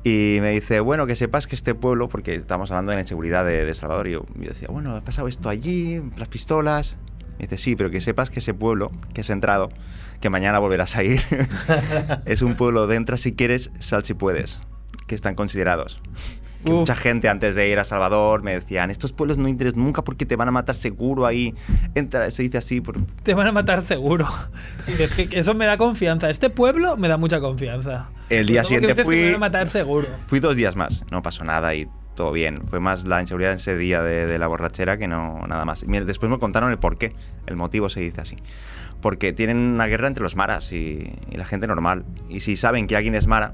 Y me dice, bueno, que sepas que este pueblo, porque estamos hablando de la inseguridad de, de Salvador, y yo, yo decía, bueno, ha pasado esto allí, las pistolas. Me dice, sí, pero que sepas que ese pueblo que has entrado, que mañana volverás a ir, es un pueblo de entra si quieres, sal si puedes, que están considerados. Que Uf. mucha gente antes de ir a Salvador me decían, estos pueblos no entres nunca porque te van a matar seguro ahí. Entra, se dice así, por, Te van a matar seguro. Y es que eso me da confianza. Este pueblo me da mucha confianza. El día Como que siguiente dices que fui- Me van a matar seguro. Fui dos días más, no pasó nada y todo bien. Fue más la inseguridad en ese día de, de la borrachera que no nada más. Y mira, después me contaron el porqué, el motivo se dice así. Porque tienen una guerra entre los maras y, y la gente normal. Y si saben que alguien es mara,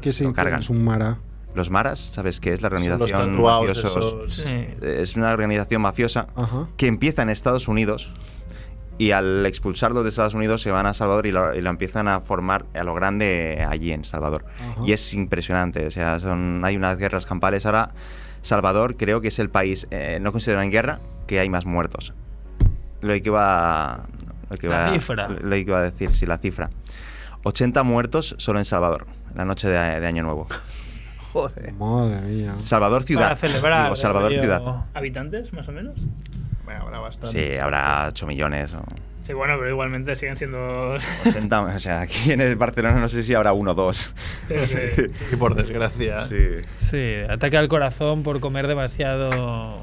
Que sí, Lo cargan. es un mara. los maras, ¿sabes qué es la Son los organización tatuados mafiosos? esos. Ah. Eh, Es una organización mafiosa Ajá. que empieza en Estados Unidos y al expulsarlos de Estados Unidos se van a Salvador y la, y la empiezan a formar a lo grande allí en Salvador. Ajá. Y es impresionante, o sea, son, hay unas guerras campales. Ahora Salvador creo que es el país, eh, no consideran guerra, que hay más muertos. Lo que iba, lo que La iba- cifra. Lo que iba a decir, sí, la cifra. 80 muertos solo en Salvador, en la noche de, de Año Nuevo. Joder. Madre mía. Salvador ciudad. Para celebrar. Digo, Salvador digo. ciudad. ¿Habitantes, más o menos? Bueno, habrá bastante. Sí, habrá 8 millones o Sí, bueno, pero igualmente siguen siendo. 80, o sea, aquí en el Barcelona no sé si habrá uno o dos. Sí, sí. Y por desgracia. Sí, ataque al corazón por comer demasiado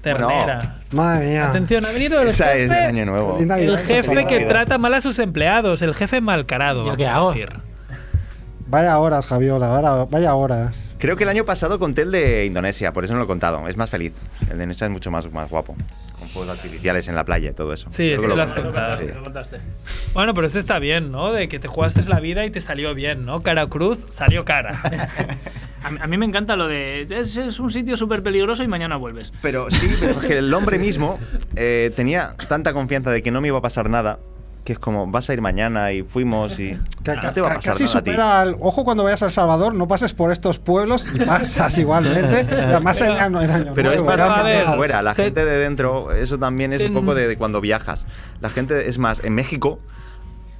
ternera. Madre mía. Atención, ha venido el Esa es el jefe, año nuevo. Linda el vida, jefe chaval. que trata mal a sus empleados, el jefe malcarado. ¿Yo vamos qué a hago? decir. Vaya horas, Javiola. vara- Vaya horas. Creo que el año pasado conté el de Indonesia, por eso no lo he contado. Es más feliz. El de Indonesia es mucho más, más guapo. Con fuegos artificiales en la playa y todo eso. Sí, Creo es que que lo has conté. Lo contado. contaste, Sí. lo contaste. Bueno, pero eso está bien, ¿no? De que te jugaste la vida y te salió bien, ¿no? Cara o cruz, salió cara. A, mí- a mí me encanta lo de. Es, es un sitio súper peligroso y mañana vuelves. Pero sí, pero es que el hombre mismo eh, tenía tanta confianza de que no me iba a pasar nada, que es como, vas a ir mañana y fuimos y... Ca- no ca- te va a ca- pasar casi nada a ti. supera al. Ojo cuando vayas a El Salvador, no pases por estos pueblos y pasas igualmente. Además, en año, en año Pero es nuevo, más ya a ver, la gente de manejas. fuera, la te- gente de dentro, eso también es un te- poco de, de cuando viajas. La gente, es más, en México,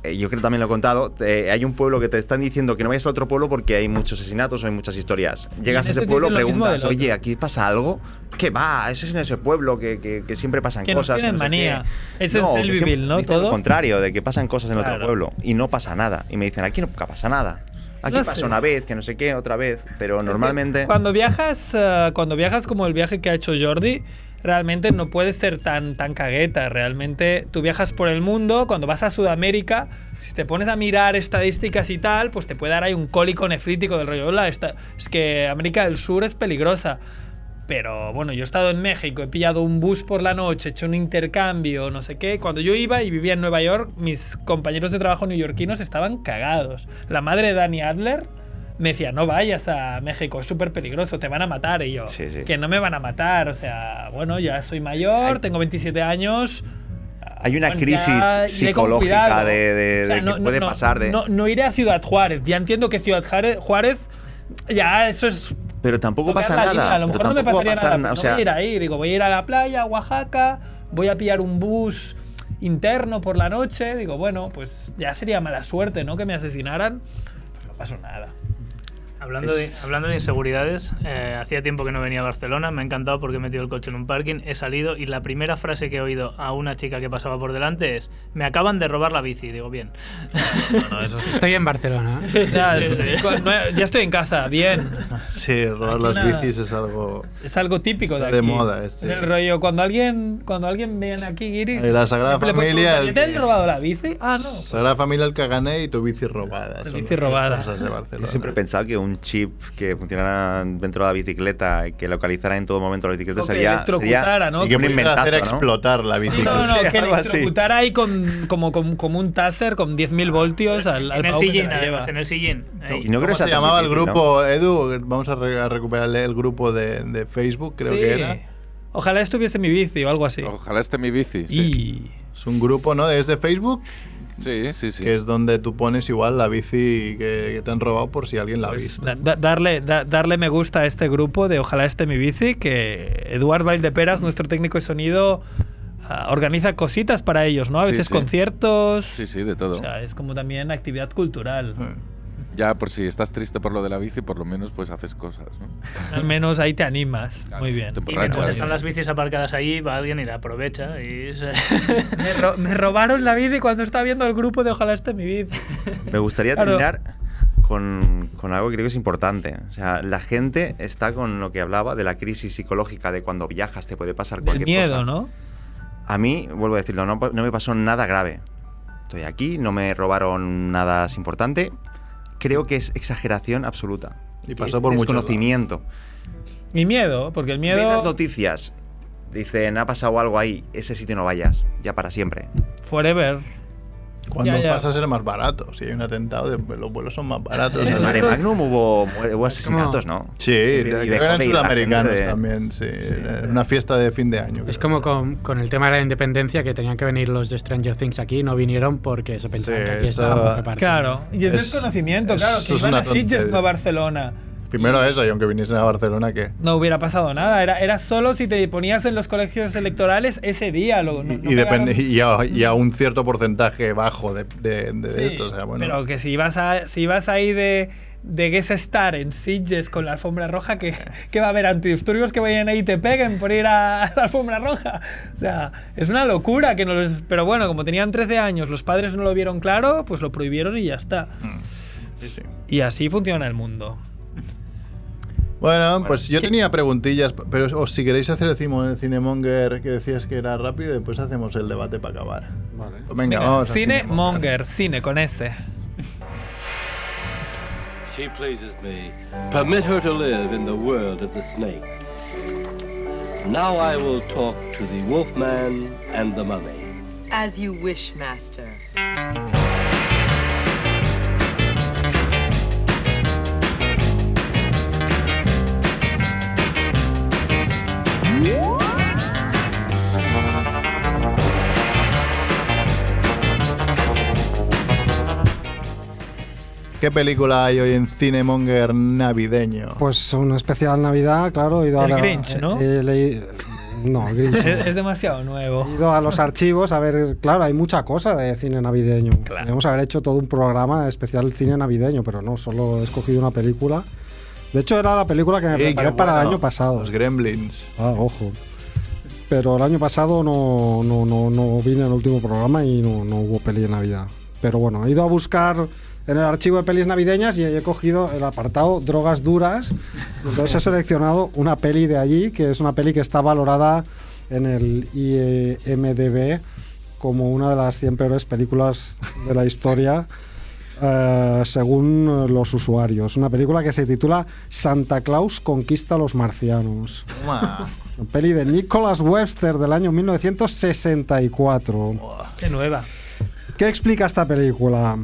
eh, yo creo que también lo he contado, eh, hay un pueblo que te están diciendo que no vayas a otro pueblo porque hay muchos asesinatos o hay muchas historias. Llegas en a ese este pueblo, dicen lo mismo preguntas, del otro. oye, aquí pasa algo. ¿Qué va? Eso es en ese pueblo que, que- que siempre pasan Que nos cosas. tienen no sé manía. qué". Ese es el que siempre vivir, ¿no? dicen Lo Todo. contrario, de que pasan cosas en Claro. otro pueblo y no pasa nada. Y me dicen, aquí nunca pasa nada. Aquí No pasa sé. una vez, que no sé qué, otra vez. Pero normalmente. Cuando viajas, eh, cuando viajas como el viaje que ha hecho Jordi, realmente no puedes ser tan, tan cagueta. Realmente tú viajas por el mundo, cuando vas a Sudamérica, si te pones a mirar estadísticas y tal, pues te puede dar ahí un cólico nefrítico del rollo. "Hola, esta- es que América del Sur es peligrosa. Pero bueno, yo he estado en México, he pillado un bus por la noche, he hecho un intercambio, no sé qué. Cuando yo iba y vivía en Nueva York, mis compañeros de trabajo neoyorquinos estaban cagados. La madre de Dani Adler me decía, no vayas a México, es súper peligroso, te van a matar. Y yo, Sí, sí. que no me van a matar, o sea, bueno, ya soy mayor, Hay- tengo 27 años. Hay una Bueno, crisis ya iré con psicológica cuidado. de, de- O sea, de no- que no- puede no- pasar de... No, no iré a Ciudad Juárez. Ya entiendo que Ciudad Jare- Juárez, ya eso es. pero tampoco tocar pasa la nada. línea. A lo pero mejor no me tampoco va a pasaría pasar nada. na- pero o sea, no ¿eh? voy a ir ahí. Digo, voy a ir a la playa, a Oaxaca, voy a pillar un bus interno por la noche. Digo, bueno, pues ya sería mala suerte, ¿no? Que me asesinaran. Pues no pasó nada. Hablando, de, hablando de inseguridades, eh, hacía tiempo que no venía a Barcelona, me ha encantado porque he metido el coche en un parking, he salido y la primera frase que he oído a una chica que pasaba por delante es, me acaban de robar la bici, digo, bien. Estoy en Barcelona. O sea, es- no- ya estoy en casa, bien. Sí, robar Aquí las nada. bicis es algo. Es algo típico Está de de aquí. moda, este. Es el rollo, cuando alguien, cuando alguien viene aquí, Guiris. La Sagrada le puedes Familia, preguntar, el ¿Te que- han robado la bici? Ah, no. Sagrada Familia el Cagané y tu bici robada. son bici las robada. Cosas de Barcelona. Yo siempre he pensado que un chip que funcionara dentro de la bicicleta, que localizara en todo momento la bicicleta, O que sería, electrocutara, sería ¿no? Y que un pudiera hacer inventazo, ¿no? explotar la Sí, bicicleta. no, no, Sí, que algo así. electrocutar ahí con, como, como, como un taser con 10.000 voltios al, al en el pavo que te sillín, la además, lleva. en el sillín. ahí. Y no ¿Cómo creo que sea se tan llamaba el difícil, ¿no? grupo, Edu? Vamos a, re- a recuperarle el grupo de, de Facebook, creo Sí. que era. Ojalá estuviese mi bici o algo así. Ojalá esté mi bici. Sí, Es un grupo, ¿no? Es de Facebook, sí, sí. sí. que es donde tú pones igual la bici que, que te han robado por si alguien la ha Pues, visto. da- da- darle, da- darle me gusta a este grupo de Ojalá este mi bici, que Eduard Valdeperas, nuestro técnico de sonido, ah, organiza cositas para ellos, ¿no? A Sí, veces sí. conciertos. Sí, sí, de todo. Ah. O sea, es como también actividad cultural. Ya por si estás triste por lo de la bici, por lo menos pues haces cosas, ¿no? Al menos ahí te animas. Claro, Muy bien. te Y emborrachas. mientras Borracha, están sí. las bicis aparcadas ahí, va alguien y la aprovecha. Y se- Me, ro- me robaron la bici cuando estaba viendo el grupo de Ojalá este mi bici. Me gustaría Claro. terminar con, con algo que creo que es importante. O sea, la gente está con lo que hablaba de la crisis psicológica, de cuando viajas te puede pasar Del cualquier miedo, cosa. ¿no? A mí, vuelvo a decirlo, no, pa- no me pasó nada grave. Estoy aquí, no me robaron nada es importante. Creo que es exageración absoluta. Y Que pasó es por muchos desconocimiento. Mi miedo, porque el Ve las miedo noticias. Dicen, ha pasado algo ahí, ese sitio no vayas, ya para siempre. forever. Cuando Ya, ya. pasa será más barato. Si hay un atentado, de- los vuelos son más baratos. En el Mare Magnum hubo, hubo asesinatos, ¿no? Sí, Y- y creo que dejó eran de ir la gente sudamericanos de- también, sí. era Una fiesta de fin de año. Es creo. como con, con el tema de la independencia, que tenían que venir los de Stranger Things aquí, no vinieron porque se pensaban Sí, que aquí eso- estaban por reparto. Claro. Y es, Es- desconocimiento, es- claro. eso Que es iban una a Sitges, tontería. no a Barcelona. Primero eso, y aunque viniesen a Barcelona, ¿qué? No hubiera pasado nada. Era, era solo si te ponías en los colegios electorales ese día. Lo, no- Y, no y depende- pegaron- y a, y a un cierto porcentaje bajo de, de, de Sí, esto. O sea, bueno. Pero que si ibas, a, si ibas ahí de, de guest star en Sitges con la alfombra roja, que, que va a haber antidisturbios que vayan ahí y te peguen por ir a, a la alfombra roja. O sea, es una locura que no los... Pero bueno, como tenían 13 años, los padres no lo vieron claro, pues lo prohibieron y ya está. sí, sí. Y así funciona el mundo. Bueno, pues yo tenía preguntillas, pero os, si queréis hacer el, cimo- el cinemonger que decías que era rápido, pues hacemos el debate para acabar. Vale. Pues Venga, vamos. al cine Monger, cine con S. She pleases me. Permit her to live in the world of the snakes. Now I will talk to the wolfman and the mummy. As you wish, master. ¿Qué película hay hoy en cinemonger navideño? Pues un especial Navidad, claro. He ido a El la- Grinch, ¿no? he leí- no, el Grinch. Es, no. es demasiado nuevo. He ido a los archivos a ver, claro, hay mucha cosa de cine navideño. Claro. Debemos haber hecho todo un programa especial cine navideño, pero no, solo he escogido una película. De hecho, era la película que me Ey, qué preparé para el bueno. año pasado. Los Gremlins. Ah, ojo. Pero el año pasado no, no, no, no vine al último programa y no, no hubo peli de Navidad. Pero bueno, he ido a buscar en el archivo de pelis navideñas y he cogido el apartado Drogas Duras. Entonces he seleccionado una peli de allí, que es una peli que está valorada en el E IMDB como una de las 100 peores películas de la historia. eh, según eh, los usuarios. Una película que se titula Santa Claus conquista a los marcianos. Toma. Una Peli de Nicholas Webster del año 1964. Qué nueva. ¿Qué explica esta película?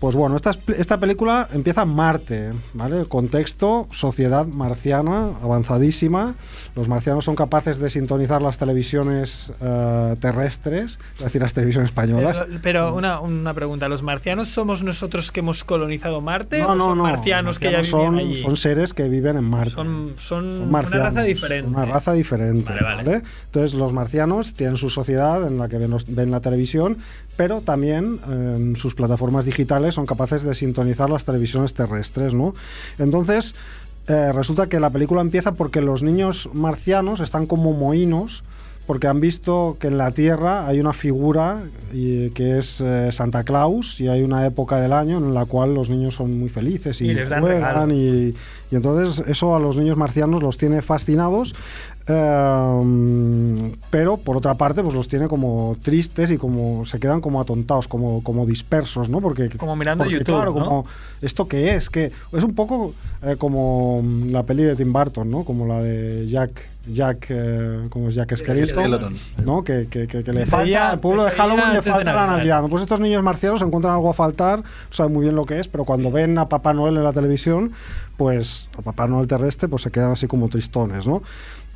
Pues bueno, esta, es- esta película empieza en Marte, ¿vale? El contexto, sociedad marciana avanzadísima. Los marcianos son capaces de sintonizar las televisiones eh, terrestres, es decir, las televisiones españolas. Pero, pero una, una pregunta, ¿los marcianos somos nosotros que hemos colonizado Marte o No, no, son no. marcianos que ya vivían son, allí? son seres que viven en Marte. son, son Son una marcianos, raza diferente. Una raza diferente. Vale, Vale, vale. Entonces, los marcianos tienen su sociedad en la que ven, los- ven la televisión, pero también eh, en sus plataformas digitales son capaces de sintonizar las televisiones terrestres, ¿no? Entonces, eh, resulta que la película empieza porque los niños marcianos están como moínos porque han visto que en la Tierra hay una figura y- que es eh, Santa Claus y hay una época del año en la cual los niños son muy felices y, Y les dan juegan regalos. y, y entonces eso a los niños marcianos los tiene fascinados, eh, pero por otra parte pues los tiene como tristes y como se quedan como atontados, como, como dispersos, ¿no? Porque Como mirando porque, YouTube, claro, ¿no? como esto qué es, que es un poco eh, como mm, la peli de Tim Burton, ¿no? Como la de Jack, Jack, eh, como es Jack Skellington, Skellington. ¿no? Que, que- que- que le Ese falta día- al pueblo de ese día Halloween le antes de falta la Navidad. Navidad. Pues estos niños marcianos encuentran algo a faltar, no saben muy bien lo que es, pero cuando ven a Papá Noel en la televisión, pues a Papá Noel terrestre, pues se quedan así como tristones, ¿no?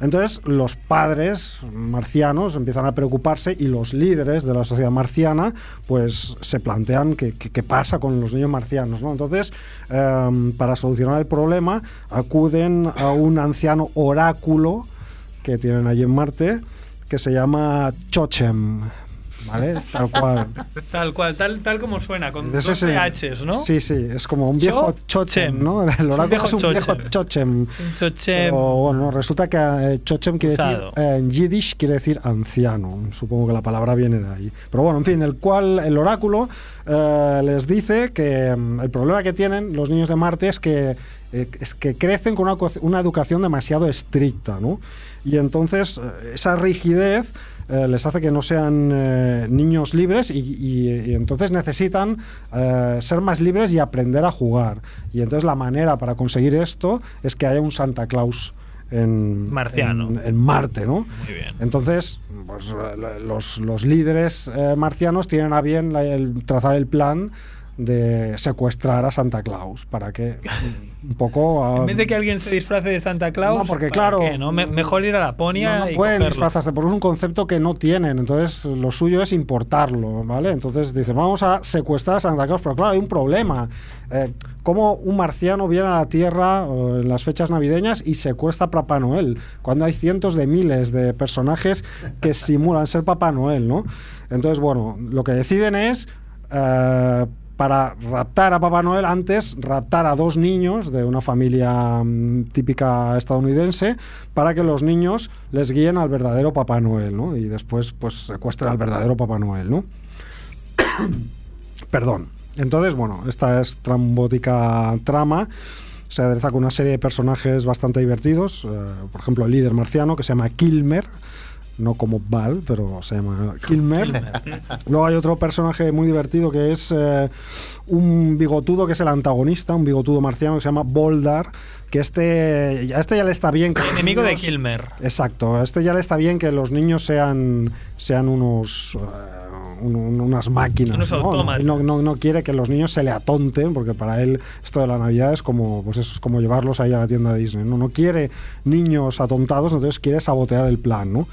Entonces los padres marcianos empiezan a preocuparse y los líderes de la sociedad marciana pues se plantean qué, qué- qué pasa con los niños marcianos. ¿no? Entonces, em, para solucionar el problema, acuden a un anciano oráculo que tienen allí en Marte que se llama Chochem. ¿Vale? Tal cual. Tal cual, tal, tal como suena, con Ese dos es el- H's, ¿no? Sí, sí, es como un viejo Chochem, ¿no? El oráculo viejo es un viejo Chochem. Chochem. Un Chochem. Pero bueno, resulta que eh, Chochem quiere Usado. decir, eh, en Yiddish quiere decir anciano. Supongo que la palabra viene de ahí. Pero bueno, en fin, el cual el oráculo eh, les dice que mm, el problema que tienen los niños de Marte es que eh, es que crecen con una, co- una educación demasiado estricta, ¿no? Y entonces eh, esa rigidez eh, les hace que no sean eh, niños libres y, y- y entonces necesitan eh, ser más libres y aprender a jugar. Y entonces la manera para conseguir esto es que haya un Santa Claus en, Marciano. en, en Marte, ¿no? Muy bien. Entonces, pues, eh, los, los líderes eh, marcianos tienen a bien la- el- trazar el plan de secuestrar a Santa Claus para que un poco... ah, En vez de que alguien se disfrace de Santa Claus, No, porque, ¿para claro, qué, no? Me- mejor ir a Laponia no, no y pueden cogerlo. disfrazarse porque es un concepto que no tienen. Entonces, lo suyo es importarlo, ¿vale? Entonces dice, vamos a secuestrar a Santa Claus, pero claro, hay un problema. Eh, ¿Cómo un marciano viene a la Tierra eh, en las fechas navideñas y secuestra a Papá Noel? Cuando hay cientos de miles de personajes que simulan ser Papá Noel, ¿no? Entonces, bueno, lo que deciden es... eh, para raptar a Papá Noel antes, raptar a dos niños de una familia mm, típica estadounidense para que los niños les guíen al verdadero Papá Noel, ¿no? Y después, pues, secuestren al verdadero Papá Noel, ¿no? Perdón. Entonces, bueno, esta es trambótica trama. Se adereza con una serie de personajes bastante divertidos. eh, por ejemplo, el líder marciano que se llama Kilmer. No como Val, pero se llama Kilmer. Luego hay otro personaje muy divertido que es eh, un bigotudo que es el antagonista, un bigotudo marciano que se llama Boldar, que este ya este ya le está bien que los Enemigo de niños- Kilmer. Exacto, a este ya le está bien que los niños sean sean unos eh, un- un- unas máquinas, Unos ¿no? autómatas. No, no- no quiere que los niños se le atonten porque para él esto de la Navidad es como pues eso es como llevarlos ahí a la tienda de Disney, no no quiere niños atontados, entonces quiere sabotear el plan, ¿no?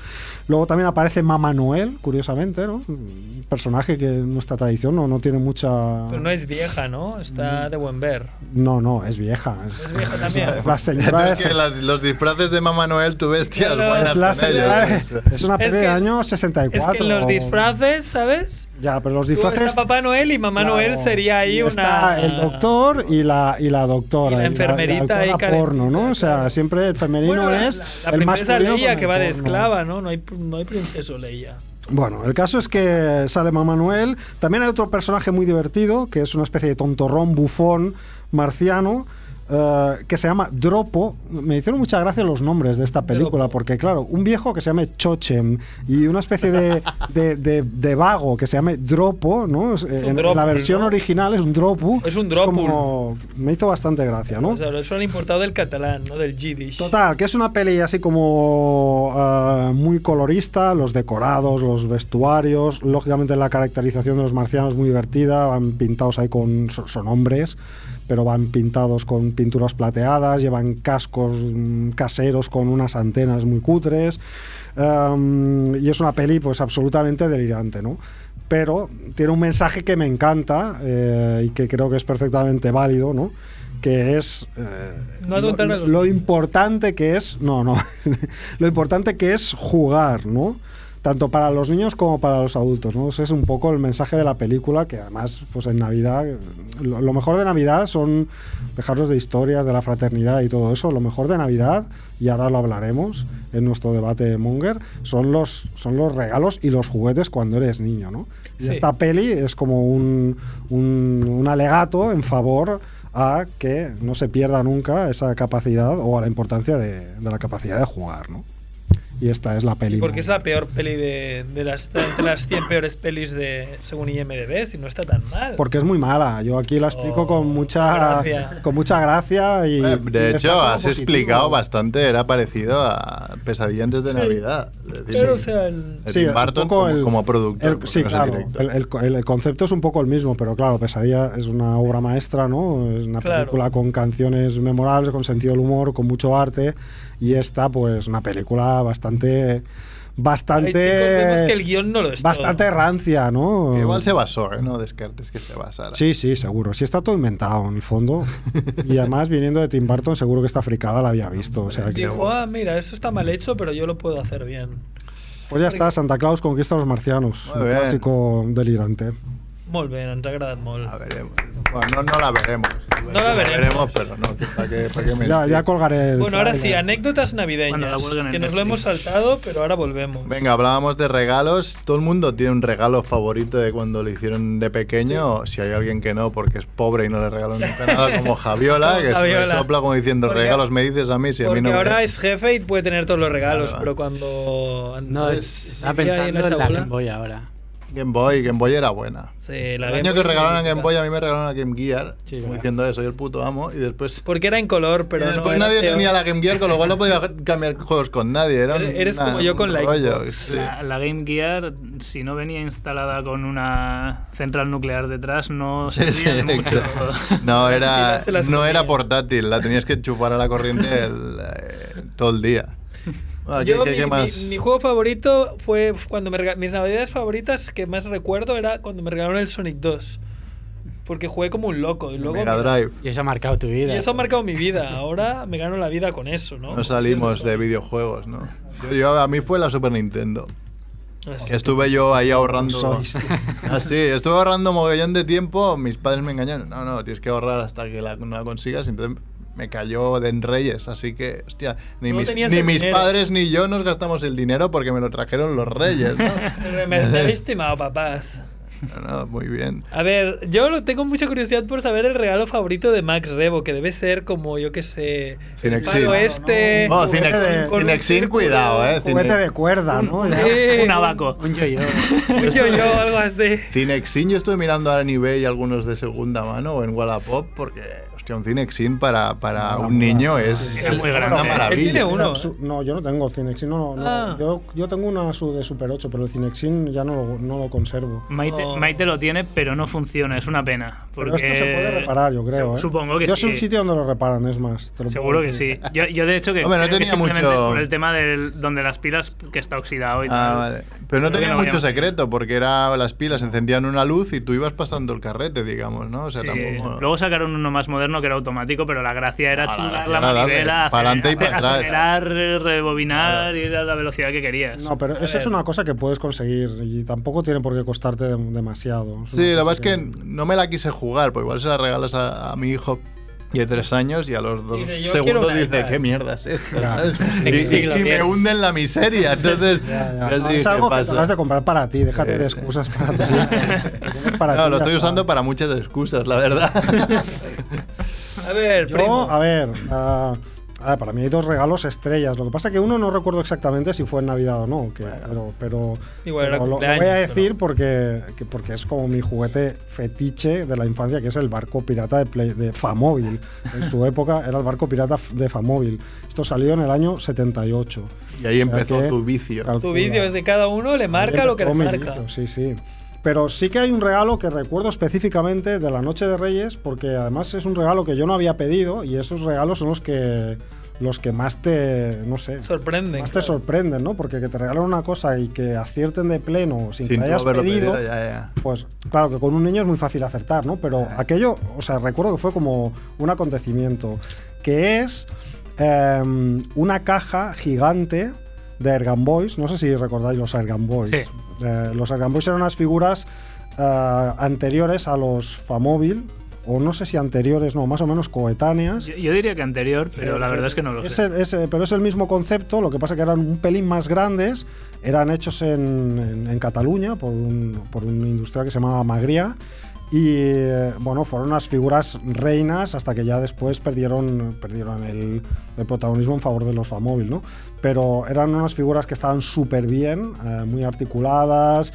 Luego también aparece Mamá Noel, curiosamente, ¿no? Un personaje que en nuestra tradición no, no tiene mucha Pero no es vieja, ¿no? Mm. Está de buen ver. no, no, es vieja. Es vieja también. es la señora Entonces, esa. que las- los disfraces de Mamá Noel, tú bestias Claro. buenas Es, la con ellos. señora- es una Es peli que- del año 64. Es que los o- disfraces, ¿sabes? Ya, pero los Tú, disfraces. Está Papá Noel y Mamá Claro, Noel sería ahí y una. Está el doctor y la, y la doctora. Y la y enfermerita ahí y la doctora porno, ¿no? O sea, calentita. siempre el femenino Bueno, la- es. la, el princesa masculino Leia con que el va de porno. esclava, ¿no? No hay, no hay princesa Leia. Bueno, el caso es que sale Mamá Noel. También hay otro personaje muy divertido, que es una especie de tontorrón bufón marciano, eh, que se llama Dropo. Me hicieron mucha gracia los nombres de esta película, porque claro, un viejo que se llame Chochem y una especie de, de- de- de vago que se llame Dropo, ¿no? Es- un en- en dropul, la versión ¿no? original es un Dropu. Es un dropul. como- me hizo bastante gracia, ¿no? O sea, eso lo han importado del catalán, ¿no? Del yiddish. Total, que es una peli así como eh, muy colorista, los decorados, los vestuarios, lógicamente la caracterización de los marcianos muy divertida, van pintados ahí con, so- son hombres, pero van pintados con pinturas plateadas, llevan cascos mm, caseros con unas antenas muy cutres, em, y es una peli pues absolutamente delirante, ¿no? Pero tiene un mensaje que me encanta eh, y que creo que es perfectamente válido, ¿no? Que es eh, No atontar a lo, los lo importante que es, no, no, lo importante que es jugar, ¿no? Tanto para los niños como para los adultos, ¿no? Ese es un poco el mensaje de la película, que además, pues en Navidad, lo, lo mejor de Navidad son dejarnos de historias, de la fraternidad y todo eso. Lo mejor de Navidad, y ahora lo hablaremos en nuestro debate de Monger, son los, son los regalos y los juguetes cuando eres niño, ¿no? Y Sí. esta peli es como un, un, un alegato en favor a que no se pierda nunca esa capacidad o a la importancia de, de la capacidad de jugar, ¿no? Y esta es la peli. Porque es la peor peli de, de las, de las 100 peores pelis de según IMDB, si no está tan mal. Porque es muy mala. Yo aquí la explico con mucha Oh, gracia. con mucha gracia y. Eh, y De está hecho, como has positivo. explicado bastante, era parecido a Pesadilla antes de Sí. Navidad. Es decir, Pero, o sea, el- el Sí, Tim un Burton poco como, el- como productor. el- porque sí, no es el claro. director. El, el- el concepto es un poco el mismo, pero claro, Pesadilla es una obra maestra, ¿no? Es una Claro. película con canciones memorables, con sentido del humor, con mucho arte. Y esta, pues, una película bastante. Ay, chicos, vemos Bastante. que el guión no lo es. Bastante rancia, ¿no? Que Igual se basó, ¿eh? no descartes que se basara. Sí, sí, seguro. Sí está todo inventado en el fondo. y además, viniendo de Tim Burton, seguro que esta fricada la había visto. O sea, todo. que- Dijo, ah, mira, esto está mal hecho, pero yo lo puedo hacer bien. pues ya está, Santa Claus conquista a los marcianos. Muy Un bien. clásico delirante. Molt bé, ens ha agradat molt. La veremos. Bueno, no, no la veremos. No la veremos. pero no. que- ¿Para qué, para qué me- Ya, ya colgaré el Bueno, ahora sí, tráiler. anécdotas Cuando la navideñas, vuelvan en que nos lo hemos Netflix. saltado, pero ahora volvemos. Venga, hablábamos de regalos. Todo el mundo tiene un regalo favorito de cuando lo hicieron de pequeño. Si hay alguien que no, porque es pobre y no le regaló nunca nada, como Javiola, que se le Javiola. sopla como diciendo Porque- regalos me dices a mí si a mí Porque no me- ahora es jefe y puede tener todos los regalos, Claro. pero cuando... No, es, antes estaba vivía Pues, ahí pensando en la chabola- Game Boy ahora. Game Boy, Game Boy era buena. Sí, la El Game año Boy que es regalaron a Game magnífica. Boy, a mí me regalaron la Game Gear, Sí, como verdad. diciendo eso, yo el puto amo, y después, Porque era en color, pero y no después era nadie peor. tenía la Game Gear, con lo cual no podía cambiar juegos con nadie. Era un- Eres una- como yo con un la rollo, Xbox. Ah, sí. La, la Game Gear, si no venía instalada con una central nuclear detrás, no Sí, se sí, mucho. claro. No, Las era, pilas se las no era comía. portátil, la tenías que enchufar a la corriente el, eh, todo el día. Bueno, Ah, ¿qué- Yo, qué- mi, qué mi- más? mi juego favorito fue cuando me rega- mis navidades favoritas que más recuerdo era cuando me regalaron el Sonic 2. Porque jugué como un loco y luego Mega mira, Drive. Y eso ha marcado tu y vida. eso ha marcado mi vida. Ahora me gano la vida con eso, ¿no? No salimos de videojuegos, ¿no? Yo, yo- a mí fue la Super Nintendo. Así. Que Estuve yo ahí ahorrando. Sois, tío. Ah, sí, estuve ahorrando mogollón de tiempo. Mis padres me engañaron. No, no, tienes que ahorrar hasta que la, no la consigas. Entonces me cayó de en Reyes. Así que, hostia, ni No mis, tenías ni el mis dinero. padres ni yo nos gastamos el dinero porque me lo trajeron los Reyes, ¿no? Me, me habéis timado, papás. No, no, muy bien. A ver, yo lo- tengo mucha curiosidad por saber el regalo favorito de Max Rebo, que debe ser como, yo qué sé, Cinexin. el palo este... Oh, juguete Cinexin, de- con un Cinexin, círculo, cuidado, eh. Juguete Cine- de cuerda, ¿no? Ya. Sí, Un abaco. Un yo-yo. Un yo-yo, algo así. Cinexin, yo estoy mirando ahora en eBay algunos de segunda mano o en Wallapop porque, hostia, un Cinexin para, para Una un maravilla. niño es, Era muy es grande, una ¿eh? maravilla. Él tiene uno. Era su- no, yo no tengo Cinexin. No, no, no. Ah. Yo, yo tengo una su- de Super 8, pero el Cinexin ya no lo, no lo conservo. Maite, Oh. Maite lo tiene, pero no funciona, es una pena. Porque... Pero esto se puede reparar, yo creo. Su- ¿eh? Supongo que yo sí. sé un sitio donde lo reparan, es más. te lo Seguro puedo que sí. decir. Yo, yo de hecho que, Hombre, no creo que tenía simplemente mucho- es por el tema del donde las pilas que está oxidado y Ah, tal. vale. Pero no Creo que tenía mucho habría- secreto, porque era las pilas encendían una luz y tú ibas pasando el carrete, digamos, ¿no? O sea, Sí, tampoco. Luego sacaron uno más moderno que era automático, pero la gracia era Ah, tú la dar gracia la era darle manivela, pa'lante y acelerar, pa' atrás. acelerar, eh, rebobinar y ir a la velocidad que querías. No, pero A eso es ver. una cosa que puedes conseguir y tampoco tiene por qué costarte dem- demasiado. Es una Sí, cosa la verdad es que no me la quise jugar, porque igual se la regalas a, a mi hijo de tres años y a los dos Dice, "Yo quiero segundos una dice, iPad". ¿qué mierda es esto? Ya. ¿sabes? Y, sí, y- lo y me tiene. hunde en la miseria. Entonces, Ya, ya. yo No, sí, es ¿qué algo que pasa? te lo has de comprar para ti, déjate Eh, de eh. excusas para tus hijos. Te lo compras para No, ti, lo ya estoy está. usando para muchas excusas, la verdad. A ver, Yo, primo. a ver, ah, ah, para mí hay dos regalos estrellas. Lo que pasa que uno no recuerdo exactamente si fue en Navidad o no, que- pero, pero, Igual era pero lo, lo cumpleaños, voy a decir porque, que- porque es como mi juguete fetiche de la infancia, que es el barco pirata de, Play- de Famóvil. En su época era el barco pirata f- de Famóvil. Esto salió en el año 78. Y ahí O sea empezó que tu vicio. Tu calcula. vídeo es de cada uno, le marca lo que le Come marca. liso, sí, sí. Pero sí que hay un regalo que recuerdo específicamente de la Noche de Reyes, porque además es un regalo que yo no había pedido y esos regalos son los que los que más te, no sé, Sorprende. más te claro. sorprenden, ¿no? Porque que te regalen una cosa y que acierten de pleno sin, Sin que tú hayas haberlo pedido, pedido, ya, pues claro que con un niño es muy fácil acertar, ¿no? Pero aquello, o sea, recuerdo que fue como un acontecimiento, que es em, una caja gigante de Ergan Boys, no sé si recordáis los Ergan Boys. Sí. Eh, los Ergan Boys eran unas figuras eh, anteriores a los Famóvil, o no sé si anteriores, no, más o menos coetáneas. Yo, yo diría que anterior, pero la verdad es que no lo Es sé. el- es el- pero es el mismo concepto, lo que pasa que eran un pelín más grandes, eran hechos en, en- en Cataluña por un, por un industrial que se llamaba Magría. Y eh, bueno, fueron unas figuras reinas hasta que ya después perdieron, perdieron el, el protagonismo en favor de los Famóvil, ¿no? Pero eran unas figuras que estaban súper bien, eh, muy articuladas,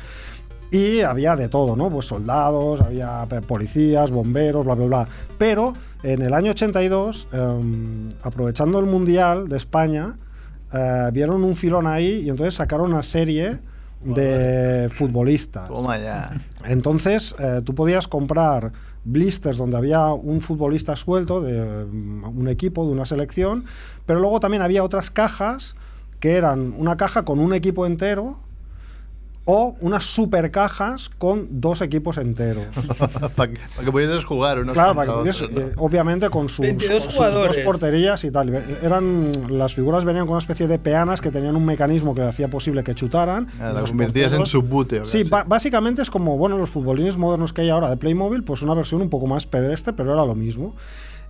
y había de todo, ¿no? Pues soldados, había pe- policías, bomberos, bla, bla, bla. Pero en el año 82, em, aprovechando el Mundial de España, eh, vieron un filón ahí y entonces sacaron una serie de futbolistas. Toma ya. Entonces, eh, tú podías comprar blisters donde había un futbolista suelto de mm, un equipo, de una selección, pero luego también había otras cajas que eran una caja con un equipo entero o unas super cajas con dos equipos enteros. para que, pa' que pudieses jugar unos Claro, contra para que pudiese- otros, ¿no? eh, obviamente con sus, 22 con sus dos jugadores. porterías y tal. Eh, Eran, las figuras venían con una especie de peanas que tenían un mecanismo que hacía posible que chutaran. Ah, Y la los convertías en porteros- subbute. Sí, ba- básicamente es como bueno los futbolines modernos que hay ahora de Playmobil, pues una versión un poco más pedestre, pero era lo mismo.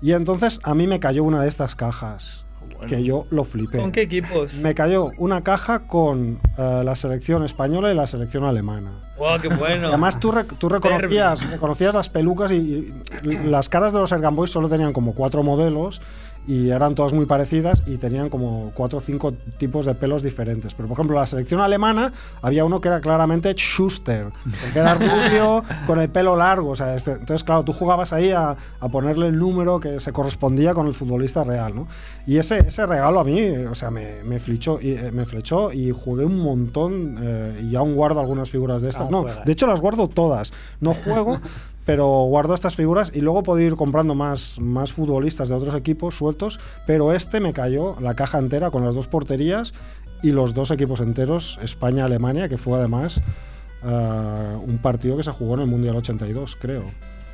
Y entonces a mí me cayó una de estas cajas, que yo lo flipé. ¿Con qué equipos? Me cayó una caja con eh, la selección española y la selección alemana. ¡Wow, qué bueno! Y Además, tú, rec- tú reconocías, Derbi. reconocías las pelucas y, y las caras de los Ergan Boys solo tenían como cuatro modelos y eran todas muy parecidas y tenían como cuatro o cinco tipos de pelos diferentes. Pero, por ejemplo, la selección alemana había uno que era claramente Schuster, porque era rubio con el pelo largo. o sea, este- entonces, claro, tú jugabas ahí a, a ponerle el número que se correspondía con el futbolista real. ¿no? Y ese, ese regalo a mí, o sea, me, me, flichó, y, eh, me flechó y jugué un montón eh, y aún guardo algunas figuras de estas. Aún No, juegas. de hecho, las guardo todas. No juego, pero guardo estas figuras y luego puedo ir comprando más, más futbolistas de otros equipos sueltos. Pero este me cayó la caja entera con las dos porterías y los dos equipos enteros, España-Alemania, que fue además ah, un partido que se jugó en el Mundial 82, creo.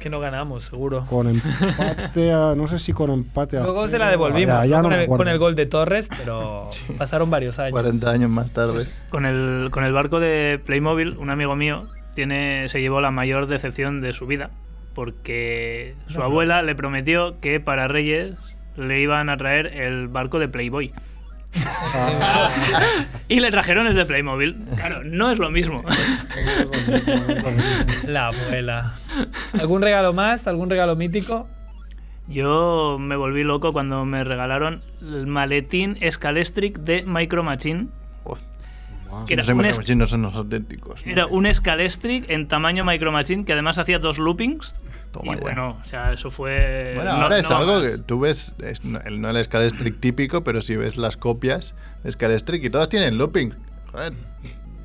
Que no ganamos, seguro. Con empate, a- no sé si con empate. a Luego se la cero, devolvimos ya- ¿no? ya no con, me el, acuerdo. con el gol de Torres, pero pasaron varios años. 40 años más tarde. Con el, con el barco de Playmobil, un amigo mío tiene, se llevó la mayor decepción de su vida porque su abuela le prometió que para Reyes le iban a traer el barco de Playboy. Ah. y le trajeron el de Playmobil. Claro, no es lo mismo. La abuela. ¿Algún regalo más? ¿Algún regalo mítico? Yo me volví loco cuando me regalaron el maletín Scalestric de Micro Machine. Wow. que Ah, era no sé, un me es- imagino, no son los auténticos. ¿no? Era un Scalestric en tamaño Micro Machine que además hacía dos loopings. Toma y ya. bueno, o sea, eso fue. Bueno, no- ahora es no algo más. que tú ves, es- no, el, no el Scalestrick típico, pero si ves las copias de Scalestrick y todas tienen looping. Joder,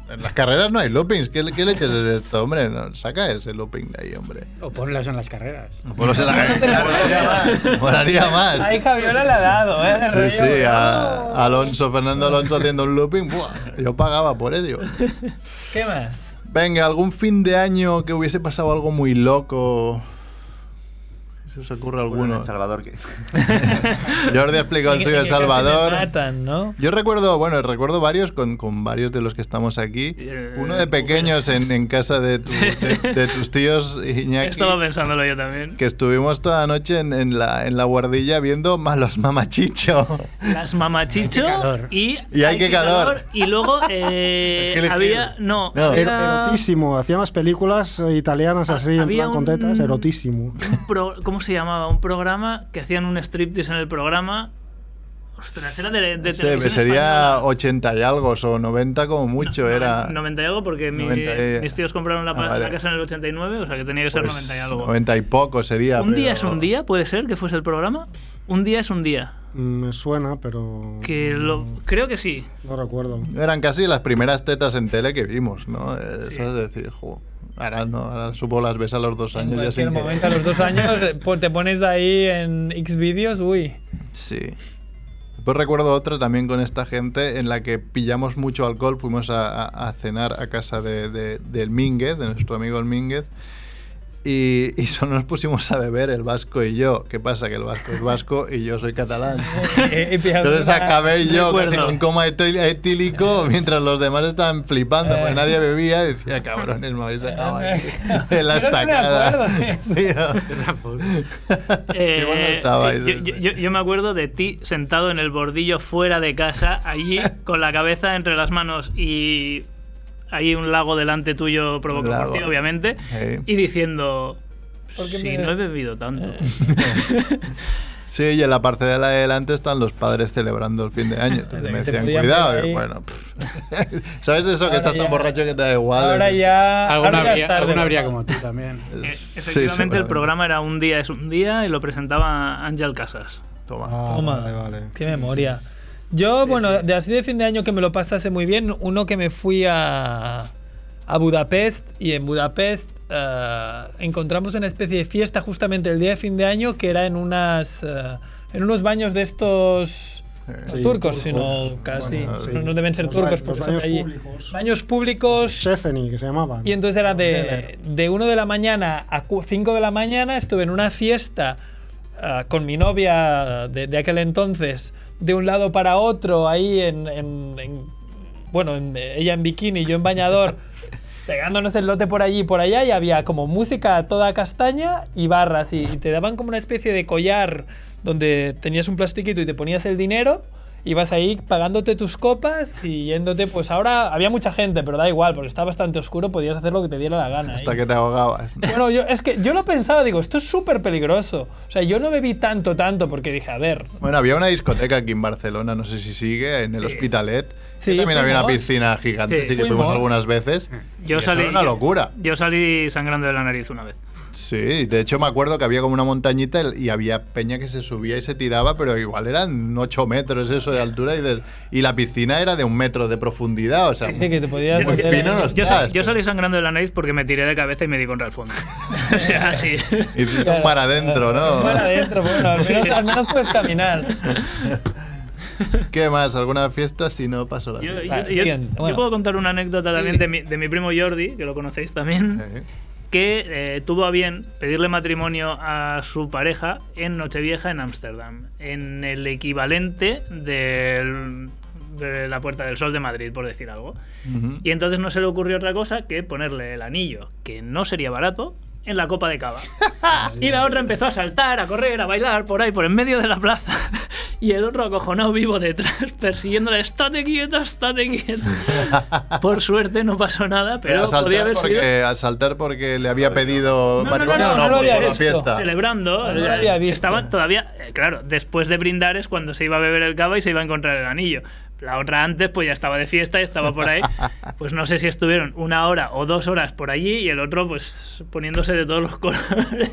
en las carreras no hay loopings. ¿Qué, le- qué leches es esto, hombre? No, saca ese looping de ahí, hombre. O ponlas en las carreras. Pues no se la molaría más. Molaría más. Ahí Javiola le ha dado, ¿eh? De Sí, rollo, sí, "Oh". a Alonso, Fernando Alonso haciendo un looping. buah, yo pagaba por ello. ¿Qué más? Venga, algún fin de año que hubiese pasado algo muy loco. ¿Se os ocurre Bueno, en alguno? El Salvador que... Jordi ha explicado el En- suyo en El que casi me Salvador. matan, ¿no? Yo recuerdo, bueno, recuerdo varios con, con varios de los que estamos aquí. Eh, Uno de pequeños en, en casa de, tu- de- de tus tíos, Iñaki, Estaba pensándolo yo también. que estuvimos toda la noche en, en la, en la guardilla viendo Malos Mamachicho. Las mamachicho Ay, qué calor. y. Y ay, qué qué calor. Y luego eh, Hell Hill. había. No, No. era Erotísimo, hacían las películas eh, italianas así, en había plan con un- tetas, erotísimo. un pro- ¿Cómo ¿Cómo se llamaba? Un programa que hacían un striptease en el programa. Ostras, era de, de Sí, televisión sería 80 y algo, o 90 como mucho, era... 90 y algo, porque mi- 90 y- mis tíos compraron la, pa- Ah, vale. la casa en el 89, o sea que tenía que ser 90 y algo. 90 pues y poco sería. ¿Un día pero- es un día? ¿Puede ser que fuese el programa? Un día es un día. Mm, Me suena, pero. Que lo, creo que sí. No recuerdo. Eran casi las primeras tetas en tele que vimos, ¿no? Eso es decir, jo, ahora no, ahora supongo las ves a los dos años. En ya sin cualquier momento, que- a los dos años, po- te pones ahí en X vídeos, uy. Sí. Después recuerdo otra también con esta gente en la que pillamos mucho alcohol, fuimos a, a- a cenar a casa de, de- del Mínguez, de nuestro amigo el Mínguez, y, y solo nos pusimos a beber el vasco y yo. ¿Qué pasa? Que el vasco es vasco y yo soy catalán. He- he pillado Entonces una- acabé un yo casi recuerdo. con coma etil- etílico mientras los demás estaban flipando, porque nadie bebía. y Decía, cabrones, me habéis dejado aquí en la Yo no me estacada. acuerdo de Eh, bueno estabais, sí, yo, yo- yo- yo me acuerdo de ti sentado en el bordillo fuera de casa, allí con la cabeza entre las manos y ahí un lago delante tuyo provocado por Lago. ti, obviamente, Sí. y diciendo, ¿Por qué si me- Eh. no he bebido tanto. Sí, y en la parte de la de delante están los padres celebrando el fin de año. Entonces me Te decían, podían cuidado. ver y ahí. bueno, pff. ¿sabes de eso que Ahora estás ya- tan borracho que te da igual? ahora ya. Alguna Ah, ahora ya habría, es tarde, alguna ¿no? habría como tú también. Eh, Efectivamente, el seguramente. programa era Un día es un día y lo presentaba Ángel Casas. Toma. Ah, Toma. vale, vale. Qué memoria. Yo, bueno, de así de fin de año que me lo pasase muy bien, uno que me fui a, a Budapest y en Budapest eh, encontramos una especie de fiesta justamente el día de fin de año que era en unas eh, en unos baños de estos no turcos, Sí, turcos. sino casi Bueno, sí. no, no deben ser Los turcos ba- porque los son baños allí- públicos. baños públicos Szczecini, que se llamaba. y entonces era de, Schneller. de 1 de la mañana a 5 de la mañana, estuve en una fiesta ah, con mi novia de, de aquel entonces, de un lado para otro, ahí en... en- en- bueno, en- ella en bikini, yo en bañador, pegándonos el lote por allí y por allá, y había como música a toda castaña y barras, y, y te daban como una especie de collar donde tenías un plastiquito y te ponías el dinero. Ibas ahí pagándote tus copas y yéndote, pues ahora había mucha gente, pero da igual, porque está bastante oscuro, podías hacer lo que te diera la gana. Hasta ahí. que te ahogabas. Bueno, yo, es que yo lo pensaba, digo, esto es súper peligroso. O sea, yo no bebí tanto, tanto, porque dije, a ver. Bueno, había una discoteca aquí en Barcelona, no sé si sigue, en el Sí. Hospitalet. que Sí, también había una fuimos. piscina gigante, sí Sí, que fuimos fuimos. algunas veces. y Yo eso salí, era una locura. Yo salí sangrando de la nariz una vez. Sí, de hecho me acuerdo que había como una montañita y había peña que se subía y se tiraba, pero igual eran 8 metros eso de altura y, de- y la piscina era de un metro de profundidad, o sea, Sí, que te podías muy meter fino ahí. no Yo, estás. sal- yo salí sangrando de la nariz porque me tiré de cabeza y me di contra el fondo. o sea, así. Y tú para adentro, ¿no? Para adentro, bueno, al menos, al menos puedes caminar. ¿Qué más? ¿Alguna fiesta? Si no, pasó la Yo, fiesta. yo- Vale, yo- siguiente, yo bueno. puedo contar una anécdota también de mi, de mi primo Jordi, que lo conocéis también, Sí. que eh, tuvo a bien pedirle matrimonio a su pareja en Nochevieja en Ámsterdam, en el equivalente del- de la Puerta del Sol de Madrid, por decir algo. Ujú. Y entonces no se le ocurrió otra cosa que ponerle el anillo, que no sería barato, en la copa de cava. y la otra empezó a saltar, a correr, a bailar por ahí, por en medio de la plaza. y el otro acojonado vivo detrás, persiguiéndole, estate quieto, estate quieto. por suerte no pasó nada, pero, Pero podía asaltar haber sido... porque, asaltar porque le había pedido No, no, matrimonio, no, no, no, no lo por- había por la visto. fiesta. Celebrando, No lo había visto. estaban todavía, eh, claro, después de brindar es cuando se iba a beber el cava y se iba a encontrar el anillo. La otra antes, pues ya estaba de fiesta y estaba por ahí. Pues no sé si estuvieron una hora o dos horas por allí y el otro, pues poniéndose de todos los colores.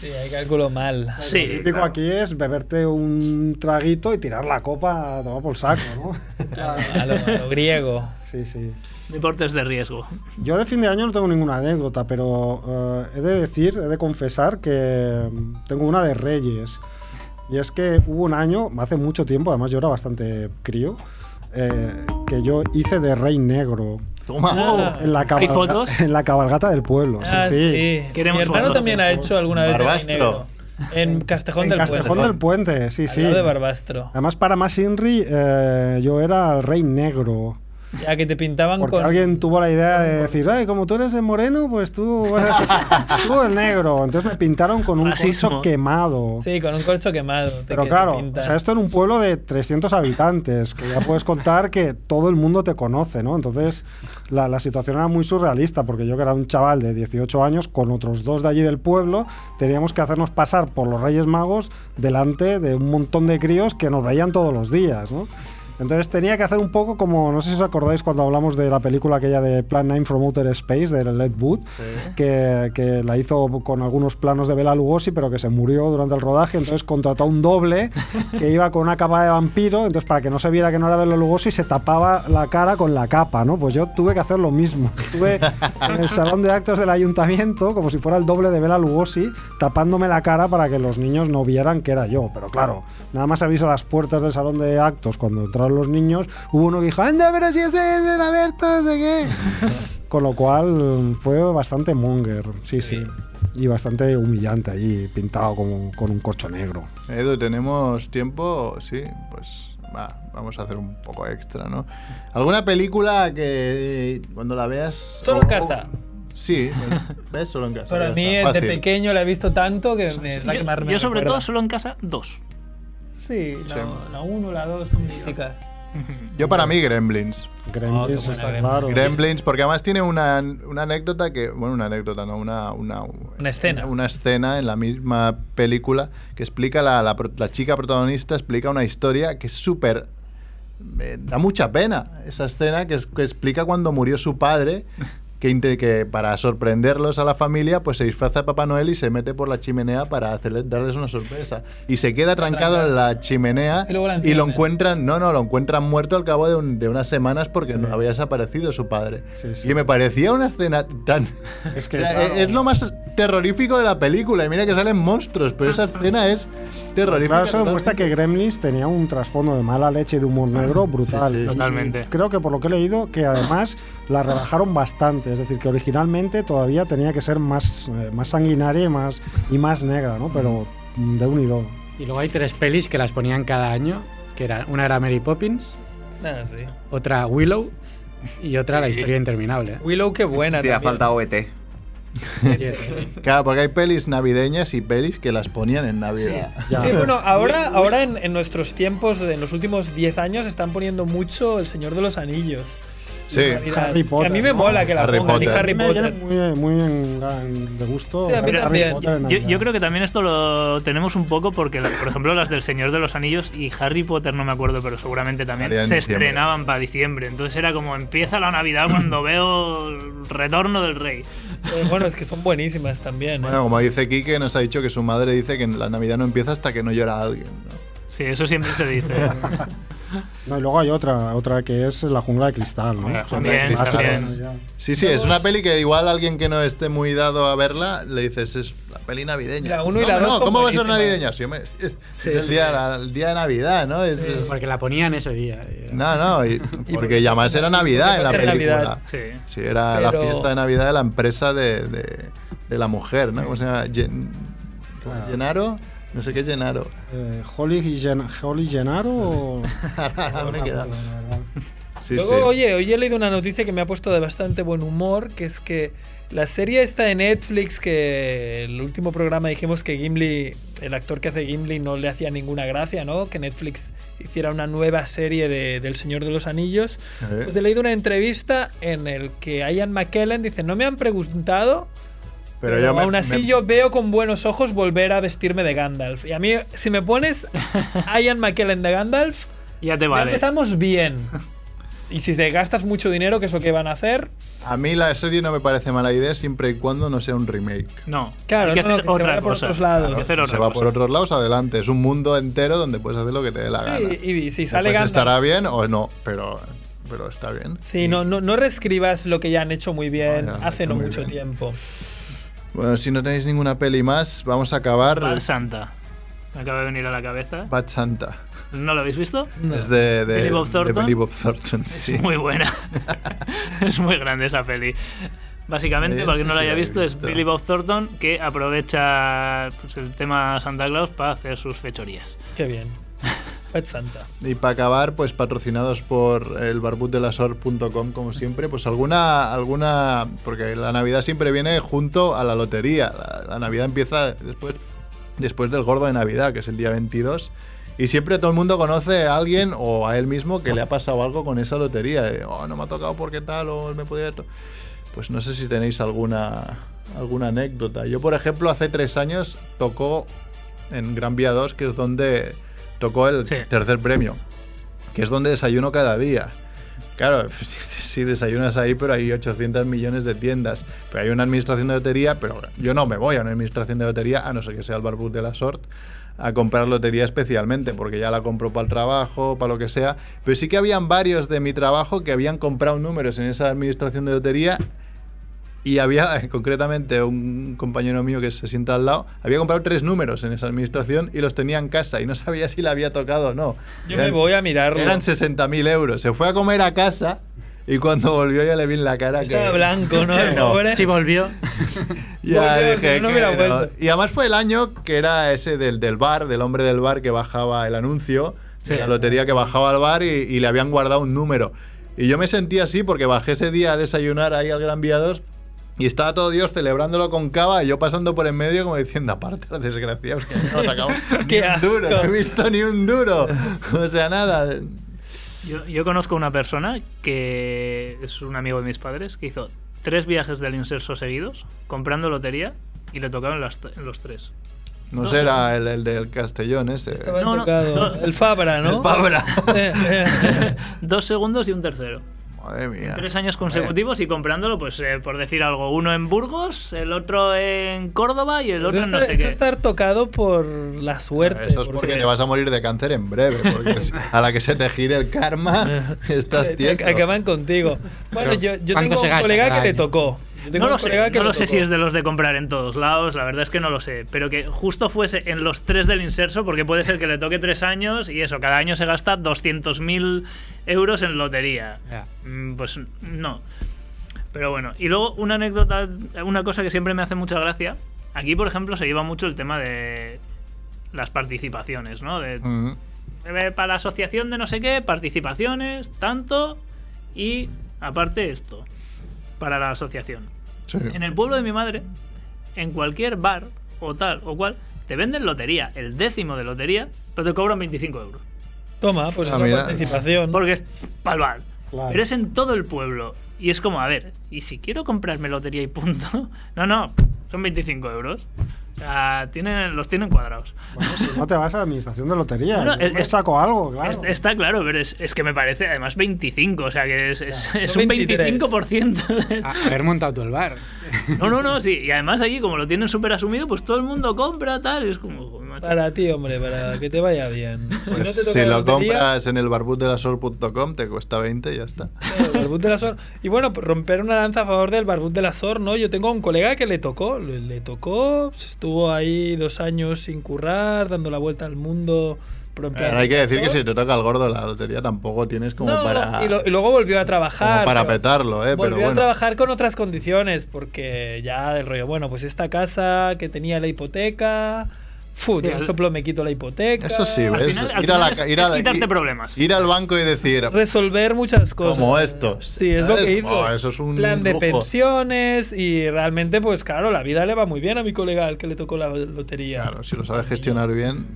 Sí, ahí calculo mal. Sí, Lo típico claro. aquí es beberte un traguito y tirar la copa a tomar por saco, ¿no? A lo, a lo griego. Sí, sí. Deportes de riesgo. Yo de fin de año no tengo ninguna anécdota, pero eh, he de decir, he de confesar que mm, tengo una de Reyes. Y es que hubo un año, hace mucho tiempo, además yo era bastante crío, eh, que yo hice de Rey Negro. Toma. En la, Ah, ¿Hay cabalga- fotos? en la cabalgata del pueblo. Sí, Ah, sí. sí. Queremos Mi hermano verlo. también ha hecho alguna vez de Barbastro. negro. En Castejón En del Castejón Puente. del Puente, sí, Al sí. lado de Barbastro. Además, para más Inri, eh, yo era el rey negro. Ya que te pintaban Porque con. alguien tuvo la idea de decir, ay, como tú eres el moreno, pues tú vas a ser tú el negro. Entonces me pintaron con un Racismo. corcho quemado. Sí, con un corcho quemado. te- Pero que te claro, o pintan. sea, esto en un pueblo de 300 habitantes, que ya puedes contar que todo el mundo te conoce, ¿no? Entonces, la, la situación era muy surrealista, porque yo que era un chaval de 18 años, con otros dos de allí del pueblo, teníamos que hacernos pasar por los Reyes Magos delante de un montón de críos que nos veían todos los días, ¿no? Entonces tenía que hacer un poco como, no sé si os acordáis cuando hablamos de la película aquella de Plan 9 from Outer Space, de Led Wood, que, que la hizo con algunos planos de Bela Lugosi, pero que se murió durante el rodaje, entonces contrató a un doble que iba con una capa de vampiro, entonces para que no se viera que no era Bela Lugosi, se tapaba la cara con la capa, ¿no? Pues yo tuve que hacer lo mismo. Estuve en el salón de actos del ayuntamiento, como si fuera el doble de Bela Lugosi, tapándome la cara para que los niños no vieran que era yo. Pero claro, nada más abrís a las puertas del salón de actos cuando entraron los niños, hubo uno que dijo, anda, pero si ese es el Alberto, no sé qué. Con lo cual fue bastante monger, sí, sí. Y bastante humillante allí, pintado como, con un corcho negro. Ah, Edu, ¿tenemos tiempo? Sí, pues va, vamos a hacer un poco extra, ¿no? ¿Alguna película que eh, cuando la veas... Solo o- en casa. o- Sí, ves solo en casa. Para ya mí, está, desde fácil. pequeño la he visto tanto que me, es la que más Yo, me yo sobre recuerda. todo solo en casa dos. Sí, Sí. la 1, la 2 son míticas. Yo para mí Gremlins. Gremlins buena está Gremlins. claro. Gremlins, porque además tiene una, una anécdota que, bueno, una anécdota, no, una, una, Una escena. una escena en la misma película que explica, la, la pro- la chica protagonista explica una historia que es súper... me da mucha pena esa escena que, es- que explica cuando murió su padre. Que, inte- que para sorprenderlos a la familia, pues se disfraza de Papá Noel y se mete por la chimenea para hacerle- darles una sorpresa. Y se queda trancado en la chimenea Y luego la y lo encienden. encuentran, no, no, lo encuentran muerto al cabo de, un- de unas semanas porque no había desaparecido su padre. Sí, sí. Y me parecía una escena tan... Es que, o sea, claro. es, lo más terrorífico de la película. Y mira que salen monstruos, pero esa escena es terrorífica. Claro, eso demuestra que Gremlins tenía un trasfondo de mala leche y de humor negro brutal. Sí, sí. Y- y Totalmente. creo que por lo que he leído, que además la rebajaron bastante. Es decir, que originalmente todavía tenía que ser más, eh, más sanguinaria y más, y más negra, ¿no? Pero mm, de unido. Y luego hay tres pelis que las ponían cada año, que era, una era Mary Poppins, Ah, sí. otra Willow y otra La Historia Interminable. Willow, qué buena. Sí, ha E también. falta OET. Claro, porque hay pelis navideñas y pelis que las ponían en Navidad. Ya. Sí, bueno, ahora, ahora en, en nuestros tiempos, de- en los últimos 10 años, están poniendo mucho El Señor de los Anillos. Sí. Navidad. Harry Potter, Que a mí me ¿no? mola que la Harry pongan, y Potter. Harry Me viene Potter. muy, muy en- en- de gusto. Sí, a mí Harry también. Potter en Yo, Navidad. yo creo que también esto lo tenemos un poco porque, la- por ejemplo, las del Señor de los Anillos y Harry Potter, no me acuerdo, pero seguramente también Salían en se diciembre. estrenaban para diciembre. Entonces era como empieza la Navidad cuando veo el retorno del rey. Eh, bueno, es que son buenísimas también. ¿eh? Bueno, como dice Quique, nos ha dicho que su madre dice que la Navidad no empieza hasta que no llora alguien. ¿no? Sí, eso siempre se dice. No, y luego hay otra, otra que es La jungla de cristal, Eh, ¿no? La O sea, jungla de que- cristal. básicamente ya. Sí, sí, es una peli que igual alguien que no esté muy dado a verla le dices, es la peli navideña. La uno y no, la no, dos son ¿cómo va a ser buenísimas. navideña? Si yo me- si es el, día, la- el día de Navidad, ¿no? Es- es- Porque la ponían ese día. No, no, y- porque ya más era Navidad en la Era película. Navidad. Sí. Sí, era la Pero- fiesta de Navidad de la empresa de, de- de la mujer, ¿no? ¿Cómo se llama? Gen- ¿cómo? Claro. ¿Llenaro? No sé qué Llenaro. Eh, Holly, y Gen- Holly Gennaro o... Ahora me he quedado. Sí, Eh, Luego, sí. oye, hoy he leído una noticia que me ha puesto de bastante buen humor, que es que la serie está de Netflix, que el último programa dijimos que Gimli, el actor que hace Gimli, no le hacía ninguna gracia, ¿no? Que Netflix hiciera una nueva serie de, del Señor de los Anillos. Eh. Pues he leído una entrevista en el que Ian McKellen dice, no me han preguntado, pero, yo me- aún así me- yo veo con buenos ojos volver a vestirme de Gandalf. Y a mí, si me pones Ian McKellen de Gandalf, Ya te ya vale. empezamos bien. Y si te gastas mucho dinero, que es lo que van a hacer, A mí la serie no me parece mala idea siempre y cuando no sea un remake. No, Claro, hay que no, hacer que se otra vaya por cosa. otros lados. Hay que hacer Si otra se va cosa. por otros lados, adelante. Es un mundo entero donde puedes hacer lo que te dé la gana. sí, y si Después sale Gandalf... estará bien o no, pero, pero está bien. Sí, no, no, no reescribas lo que ya han hecho muy bien No, ya han hace hecho no muy mucho bien. tiempo. Bueno, si no tenéis ninguna peli más, vamos a acabar. Bad Santa. Me acaba de venir a la cabeza. Bad Santa. ¿No lo habéis visto? Es de, de, Billy Bob de Thornton. Billy Bob Thornton, sí. Es muy buena. es muy grande esa peli. Básicamente, Sí, para quien sí, no la sí, haya la he visto, es visto. Billy Bob Thornton que aprovecha pues, el tema Santa Claus para hacer sus fechorías. Qué bien. Pet Santa. Y para acabar, pues patrocinados por el barbudelasor.com, como siempre, pues alguna, alguna, porque la Navidad siempre viene junto a la lotería. La, la Navidad empieza después, después del gordo de Navidad, que es el día 22. Y siempre todo el mundo conoce a alguien o a él mismo que le ha pasado algo con esa lotería. De, oh, no me ha tocado porque tal, o me podía esto. Pues no sé si tenéis alguna, alguna anécdota. Yo, por ejemplo, hace tres años tocó en Gran Vía 2, que es donde tocó el Sí. tercer premio, que es donde desayuno cada día. Claro, si desayunas ahí, pero hay 800 millones de tiendas. Pero hay una administración de lotería, pero yo no me voy a una administración de lotería, a no ser que sea el barbud de la sort, a comprar lotería especialmente, porque ya la compro para el trabajo, para lo que sea. Pero sí que habían varios de mi trabajo que habían comprado números en esa administración de lotería y había, eh, concretamente, un compañero mío que se sienta al lado, había comprado tres números en esa administración y los tenía en casa y no sabía si le había tocado o no. Yo me voy a mirarlo. Eran 60.000 euros. Se fue a comer a casa y cuando volvió ya le vi en la cara que... Estaba blanco, ¿no? que El pobre. Sí, volvió. Ya Volvió, si dije no, no que hubiera no. vuelto. Y además fue el año que era ese del, del bar, del hombre del bar que bajaba el anuncio, de Sí. la lotería que bajaba al bar y, y le habían guardado un número. Y yo me sentí así porque bajé ese día a desayunar ahí al Gran Vía 2 y estaba todo Dios celebrándolo con cava y yo pasando por en medio como diciendo, aparte los desgraciados que no han sacado ni Qué un duro, no he asco. visto ni un duro. O sea, nada. Yo, yo conozco una persona que es un amigo de mis padres que hizo tres viajes del inserso seguidos comprando lotería y le tocaron las t- los tres. No, No, Este será el, el del Castellón ese. Estaba No, no, tocado. no. El Fabra, ¿no? El Pabra. Eh, eh. Dos segundos y un tercero. Madre mía. Tres años Madre. consecutivos y comprándolo, pues eh, por decir algo, uno en Burgos, el otro en Córdoba y Pues el Eso otro es en no estar- sé eso qué. es estar tocado por la suerte. Ah, Eso es porque porque- te vas a morir de cáncer en breve, porque si- a la que se te gire el karma, estás Eh, tiesto. Acaban contigo. Bueno, yo, Pero, yo ¿cuánto tengo se un gasta colega cada que le año? tocó. Yo tengo No lo un sé, colega que no le lo sé tocó. si es de los de comprar en todos lados, la verdad es que no lo sé, pero que justo fuese en los tres del inserso, porque puede ser que le toque tres años y eso, cada año se gasta 200.000 euros en lotería. Ya. Mm, Pues no. Pero bueno, y luego una anécdota, una cosa que siempre me hace mucha gracia, aquí por ejemplo se lleva mucho el tema de las participaciones, ¿no? De Mm. eh, para la asociación de no sé qué, participaciones, tanto, y aparte esto, para la asociación. Sí. En el pueblo de mi madre, en cualquier bar o tal o cual, te venden lotería, el décimo de lotería, pero te cobran 25 euros. Toma, pues Ah, es una mira. participación. Porque es pa'l bar. Claro. Pero es en todo el pueblo. Y es como, a ver, ¿y si quiero comprarme lotería y punto? No, no, son 25 euros. O sea, tienen, los tienen cuadrados. Bueno, si no te vas a la administración de lotería. Bueno, yo es- me es- saco algo, claro. Es- Está claro, pero es, es que me parece además 25, o sea que es, es- Ya, es son un 23. 25%. de- A- Ah. Haber montado tú el bar. No, no, no, sí. Y además allí, como lo tienen súper asumido, pues todo el mundo compra, tal. y es como, joder, macho. Para ti, hombre, para que te vaya bien. Si Pues no te toca si la lo lotería, compras en el barbutdelasor.com te cuesta 20 y ya está. El Barbud de la Sor. Y bueno, romper una lanza a favor del Barbud de la Sor, ¿no? Yo tengo a un colega que le tocó, le, le tocó, se estuvo ahí dos años sin currar, dando la vuelta al mundo. pero en plan- Ahora hay que decir que si te toca el gordo la lotería tampoco tienes como No, para, y, lo- y luego volvió a trabajar. como para pero- petarlo, ¿eh? volvió Pero a bueno. trabajar con otras condiciones, porque ya del rollo, bueno, pues esta casa que tenía la hipoteca, fu, Sí, de un el- soplo me quito la hipoteca. Eso sí, Al ¿ves? final- al ir, a final la, es- ca- ir a es la- quitarte ir- problemas. ir al banco y decir, resolver muchas cosas. Como estos, Sí, es lo ¿sabes? que hizo. Oh, eso es un Plan de lujo. pensiones y realmente, pues claro, la vida le va muy bien a mi colega al que le tocó la lotería. claro, si lo sabes gestionar bien,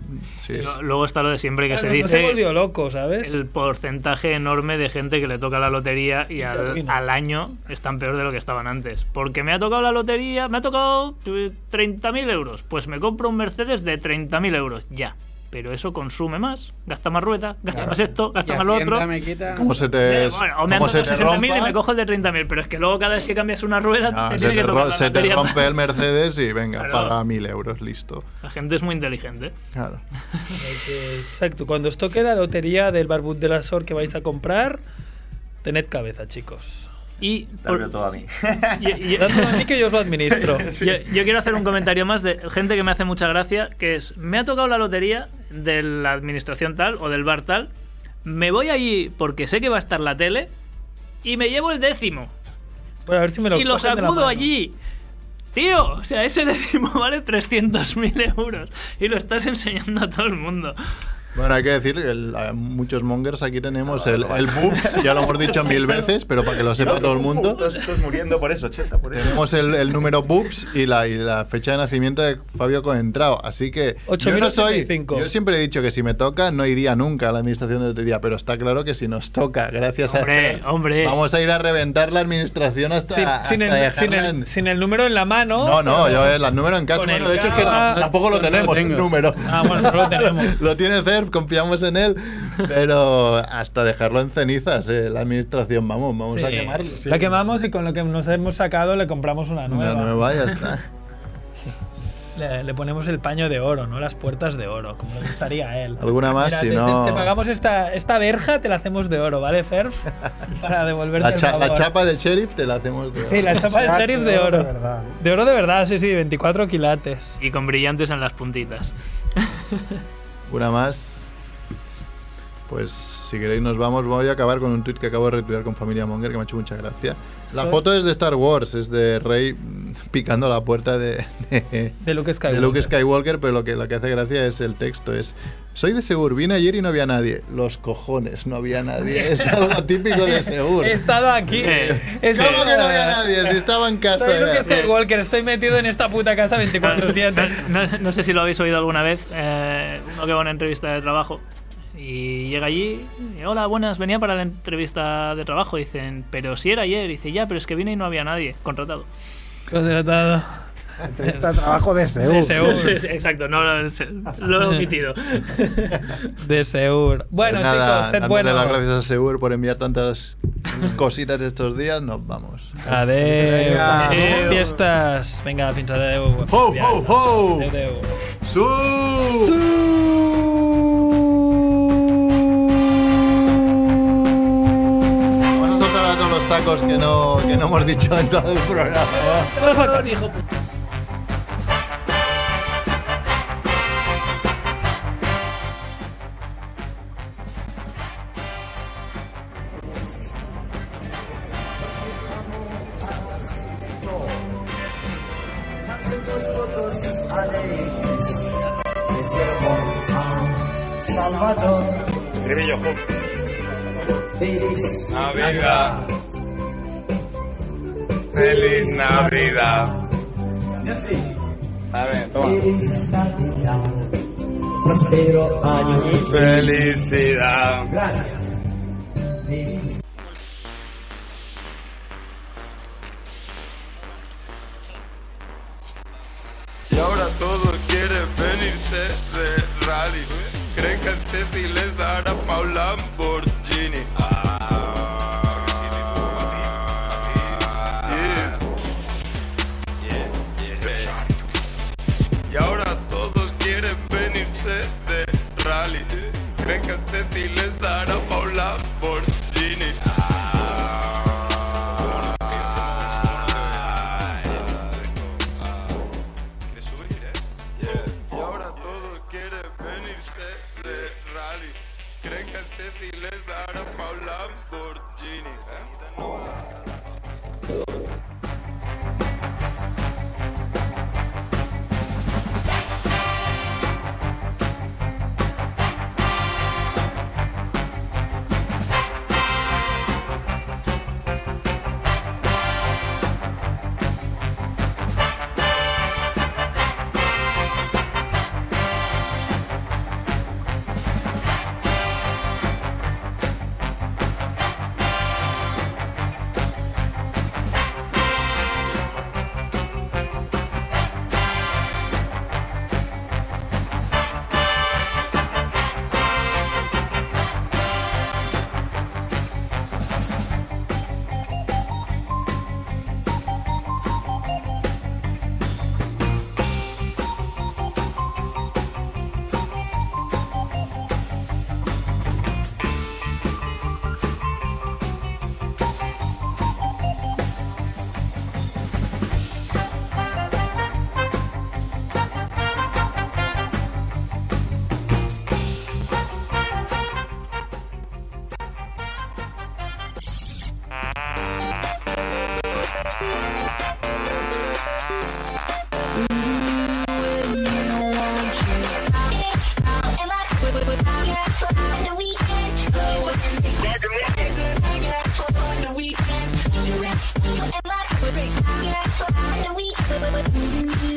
sí. Lo- Luego está lo de siempre que Claro, se no se dice volvió loco, ¿sabes? el porcentaje enorme de gente que le toca la lotería y al, arruina. al año están peor de lo que estaban antes. Porque me ha tocado la lotería, me ha tocado eh, 30.000 euros. Pues me compro un Mercedes de 30.000 euros, ya. Pero eso consume más, gasta más ruedas, gasta más esto, gasta Y más lo Hacienda otro. Me quita... Como se te, Eh, bueno, o me han como se tocado te 60.000 y rompa, me cojo el de 30.000, pero es que luego cada vez que cambias una rueda ah, te se tiene que te tocar ro- la se te lotería. rompe el Mercedes y venga, Claro. paga mil euros, listo. La gente es muy inteligente. Claro. Exacto, cuando os toque la lotería del barbud de la Sor que vais a comprar, tened cabeza, chicos. Y, Dármelo por- todo a mí. y- y- Dadme a mí que yo os lo administro. yo, yo quiero hacer un comentario más de gente que me hace mucha gracia, que es, me ha tocado la lotería de la administración tal o del bar tal, me voy allí porque sé que va a estar la tele y me llevo el décimo Bueno, a ver si me lo y lo cogen de la sacudo mano. allí. Tío, o sea, ese décimo vale 300.000 euros y lo estás enseñando a todo el mundo. Bueno, hay que decir que el- a muchos mongers aquí tenemos el, el boobs, ya lo hemos dicho mil veces, pero para que lo sepa todo el mundo. Estás, estás muriendo por eso, 80 por eso. Tenemos el, el número boobs y la, y la fecha de nacimiento de Fabio Coentrao. Así que yo no soy. 8085. Yo siempre he dicho que si me toca, no iría nunca a la administración de lotería, pero está claro que si nos toca, gracias a Hombre, Dios, hombre. Vamos a ir a reventar la administración hasta. Sin, hasta sin el, dejarla sin, en- el, sin el número en la mano. No, no, yo el número en casa. Con el Bueno, de hecho, es que cava- tam- tampoco lo no lo tenemos, el tengo. número. Ah, bueno, no lo tenemos. Lo tiene CERF, confiamos en él, pero hasta dejarlo en cenizas, eh, la administración, vamos, vamos a Sí. quemarlo. sí. La quemamos y con lo que nos hemos sacado le compramos una nueva. Una nueva, ya está. Le, le ponemos el paño de oro, ¿no? Las puertas de oro, como le gustaría a él. Alguna más, Mira, si te- te- no- Te, pagamos esta, esta verja, te la hacemos de oro, ¿vale, Ferf? Para devolverte La, cha- el la favor. chapa del sheriff te la hacemos de Sí, la chapa del Ah, sheriff de De oro. verdad. ¿no? De oro de verdad, sí, sí, 24 quilates. Y con brillantes en las puntitas. Una más. Pues si queréis nos vamos. Voy a acabar con un tweet que acabo de retuitear con Familia Monger que me ha hecho mucha gracia. La Soy- foto es de Star Wars, es de Rey mm, picando la puerta de- de, De Luke Skywalker. de Luke Skywalker, pero lo que, lo que hace gracia es el texto, es soy de Segur, vine ayer y no había nadie. Los cojones, no había nadie. Es algo típico de Segur. He estado aquí. Sí. Es ¿Cómo que no había nadie? Si estaba en casa. Soy Luke era- Skywalker, estoy metido en esta puta casa 24-7. No, no- no sé si lo habéis oído alguna vez. eh, uno que va a una entrevista de trabajo y llega allí. y, Hola, buenas, venía para la entrevista de trabajo. Dicen, pero si era ayer. Dice, ya, pero es que vine y no había nadie contratado. Contratado. Entrevista de trabajo de Seúl. De Seúl. Sí, sí, Exacto, no lo, se- lo he omitido. De Seur. Pues Bueno, nada, chicos, sed dándole buenos. las gracias a Segur por enviar tantas cositas estos días. Nos vamos. Adeu. Venga. Adeu. Fiestas. Venga, fins adeu. Ho, ho, ho. Adeu, adeu. ¡Su! Vamos a soltar a todos los tacos que no, que no hemos dicho en todo el programa. Navidad. Feliz Navidad. A ver, toma. Felicidad. Y ahora todos quieren venirse de rally. Creen que el Ceci les dará pa' un Lamborghini. Ah, yeah. Yeah. Y ahora todos quieren venirse de rally. Creen que el Ceci les dará pa' un Lamborghini. de subir, ¿eh? Y ahora todos quieren venirse de rally. Creen que el Ceci les dará pa' un We're back.